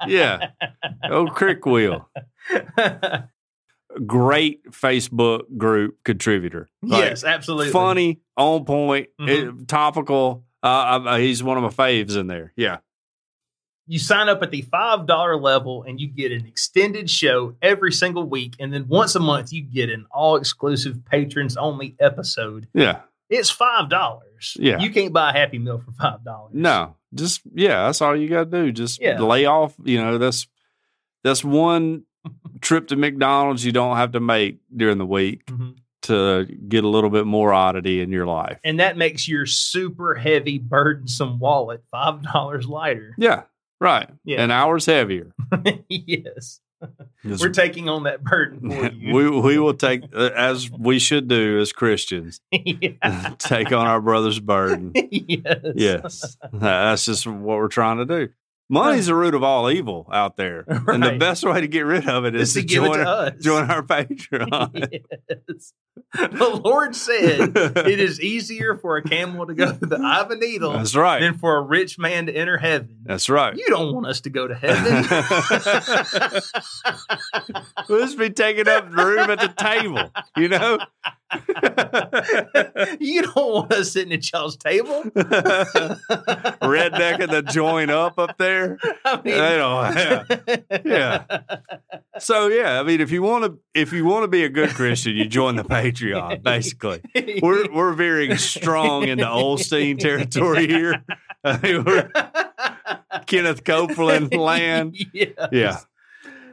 S2: Yeah. Oh, crick wheel. Great Facebook group contributor. Like,
S3: yes, absolutely.
S2: funny, on point,
S3: Mhm.
S2: eh, topical. Uh, I, I- he's one of my faves in there. Yeah,
S3: you sign up at the $5 level and you get an extended show every single week. And then once a month, you get an all exclusive patrons only episode.
S2: yeah.
S3: It's $5.
S2: Yeah.
S3: You can't buy a Happy Meal for $5.
S2: No, just yeah. That's all you got to do. Just
S3: Yeah.
S2: lay off. You know, that's that's one trip to McDonald's you don't have to make during the week
S3: Mhm.
S2: to get a little bit more oddity in your life.
S3: And that makes your super heavy, burdensome wallet $5 lighter.
S2: Yeah, right.
S3: Yeah.
S2: An hour's heavier.
S3: yes.
S2: Just-
S3: We're taking on that burden for you.
S2: we we will take uh, as we should do as Christians.
S3: Yeah.
S2: take on our brother's burden.
S3: yes.
S2: yes. That's just what we're trying to do. Money's the root of all evil out there. And the
S3: Right.
S2: best way to get rid of it
S3: It's
S2: is to
S3: to give it
S2: join
S3: to
S2: our,
S3: us.
S2: join our Patreon.
S3: yes. The Lord said it is easier for a camel to go to the eye of a needle
S2: That's right.
S3: than for a rich man to enter heaven.
S2: That's right.
S3: You don't want us to go to heaven.
S2: Let's be taking up room at the table, you know?
S3: you don't want us sitting at y'all's table.
S2: Redneck and the join up up there.
S3: I
S2: They don't have. Yeah. So yeah, I mean, if you want to, if you want to be a good Christian, you join the Patreon. Basically, we're we're veering strong into Olstein territory here. I mean, we're Kenneth Copeland land.
S3: Yeah.
S2: Yeah.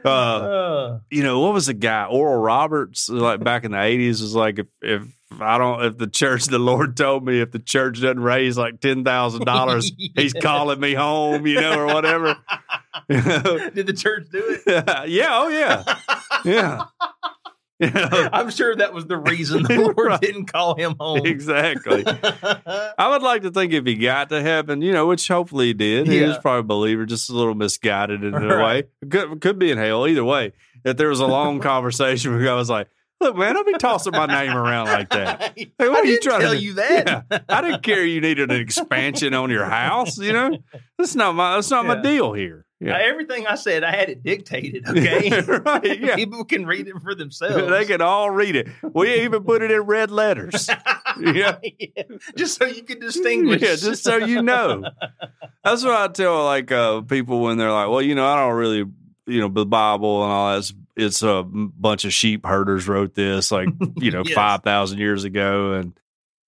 S2: Uh,
S3: Uh,
S2: you know what was the guy Oral Roberts like back in the eighties was like if if I don't if the church the Lord told me if the church doesn't raise like ten thousand dollars he's
S3: Yeah.
S2: calling me home you know or whatever You know?
S3: Did the church do it?
S2: yeah oh yeah yeah yeah
S3: I'm sure that was the reason the Lord
S2: Uh. Right.
S3: didn't call him home.
S2: exactly I would like to think if he got to heaven, you know, which hopefully he did. He was
S3: Yeah.
S2: probably a believer, just a little misguided in a
S3: Right.
S2: way. Could, could be in hell either way. That there was a long conversation where I was like, "Look, man, don't be tossing my name around like that. Hey, what
S3: I
S2: are you
S3: didn't
S2: trying to
S3: tell
S2: do?
S3: you that.
S2: I didn't care you needed an expansion on your house. You know, that's not my that's not my
S3: Yeah.
S2: deal here.
S3: Uh,
S2: Yeah,
S3: Everything I said, I had it dictated. Okay,
S2: right. Yeah,
S3: people can read it for themselves.
S2: they could all read it. We even put it in red letters. Yeah.
S3: Yeah. Just so you can distinguish.
S2: Yeah, just so you know. That's what I tell like uh, people when they're like, well, you know, I don't really, you know, the Bible and all that's it's a bunch of sheep herders wrote this like you know
S3: Yes.
S2: five thousand years ago, and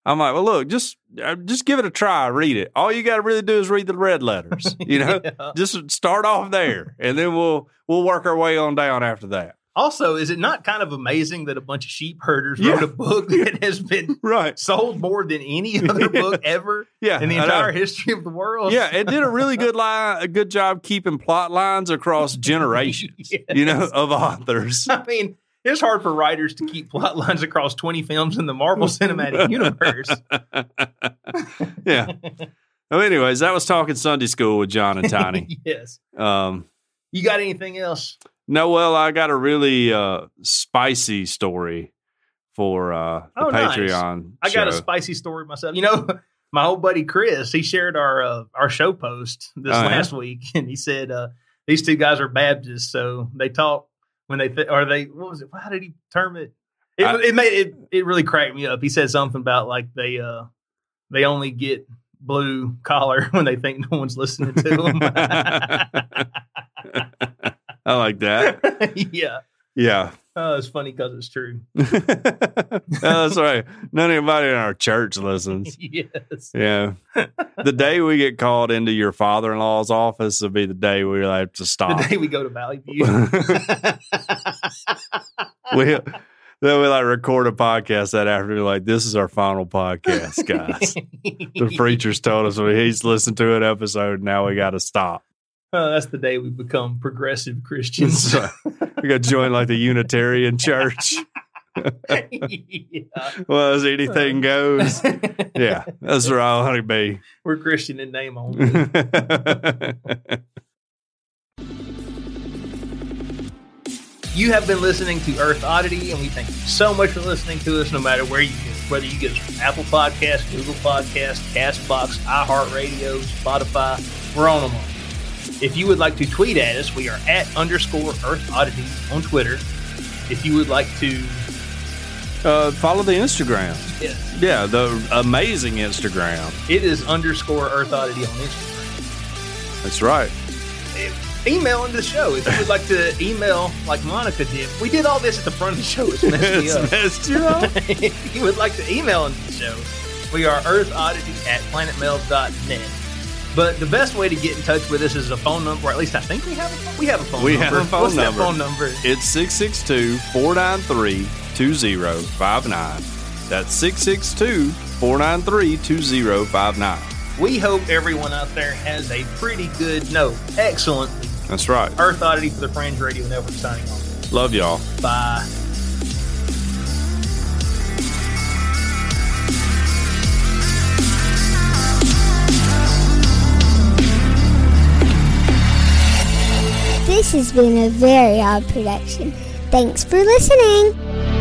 S2: I'm like, well, look, just uh, just give it a try, read it. All you got to really do is read the red letters, you know.
S3: Yeah.
S2: Just start off there, and then we'll we'll work our way on down after that.
S3: Also, is it not kind of amazing that a bunch of sheep herders
S2: Yeah.
S3: wrote a book that has been
S2: Right?
S3: sold more than any other book ever
S2: Yeah.
S3: in the
S2: I know.
S3: entire history of the world?
S2: Yeah, it did a really good line, a good job keeping plot lines across generations.
S3: Yes.
S2: you know, of authors.
S3: I mean, it's hard for writers to keep plot lines across 20 films in the Marvel Cinematic Universe.
S2: yeah. Well, anyways, that was talking Sunday school with John and Tiny.
S3: yes.
S2: Um,
S3: You got anything else?
S2: no, well, I got a really uh, spicy story for uh, the
S3: Oh, nice.
S2: Patreon.
S3: I got a
S2: show.
S3: spicy story myself. You know, my old buddy Chris, he shared our uh, our show post this
S2: Oh, yeah?
S3: last week, and he said uh, these two guys are Baptists, so they talk when they th- or they what was it? How did he term it? It,
S2: I-
S3: it made it it really cracked me up. He said something about like they uh they only get blue collar when they think no one's listening to them.
S2: I like that.
S3: yeah,
S2: Yeah.
S3: oh, it's funny because it's true.
S2: No, that's right. None of anybody in our church listens.
S3: yes.
S2: Yeah. The day we get called into your father in law's office will be the day we have to stop.
S3: The day we go to Valley View.
S2: we then we like record a podcast that afternoon. Like this is our final podcast, guys. the preacher's told us well, he's listened to an episode. Now we got to stop.
S3: Oh, that's the day we become progressive Christians.
S2: So, we got to join like the Unitarian Church.
S3: Yeah.
S2: Well, as anything goes. Yeah, that's where I want to be.
S3: We're Christian in name only.
S2: yeah,
S3: you have been listening to Earth Oddity, and we thank you so much for listening to us, no matter where you get it. Whether you get us from Apple Podcasts, Google Podcasts, Castbox, iHeartRadio, Spotify, we're on them all. If you would like to tweet at us, we are at underscore Earth Oddity on Twitter. If you would like to,
S2: uh, follow the Instagram.
S3: yes,
S2: Yeah, the amazing Instagram.
S3: it is underscore Earth Oddity on Instagram.
S2: That's right.
S3: email into the show if you would like to email like Monica did. We did all this at the front of the show. It's messed me
S2: It's
S3: up.
S2: messed you up.
S3: if you would like to email into the show, we are earthoddity at planetmail.net. But the best way to get in touch with us is a phone number, or at least I think we have a phone, we have a phone
S2: We
S3: number.
S2: have a phone
S3: What's
S2: number.
S3: that phone number?
S2: It's 662 493 2059. That's 662 493 2059.
S3: We hope everyone out there has a pretty good, no, excellent
S2: That's right.
S3: Earth Oddity for the Fringe Radio Network signing off.
S2: Love y'all.
S3: Bye.
S5: This has been a very odd production. Thanks for listening.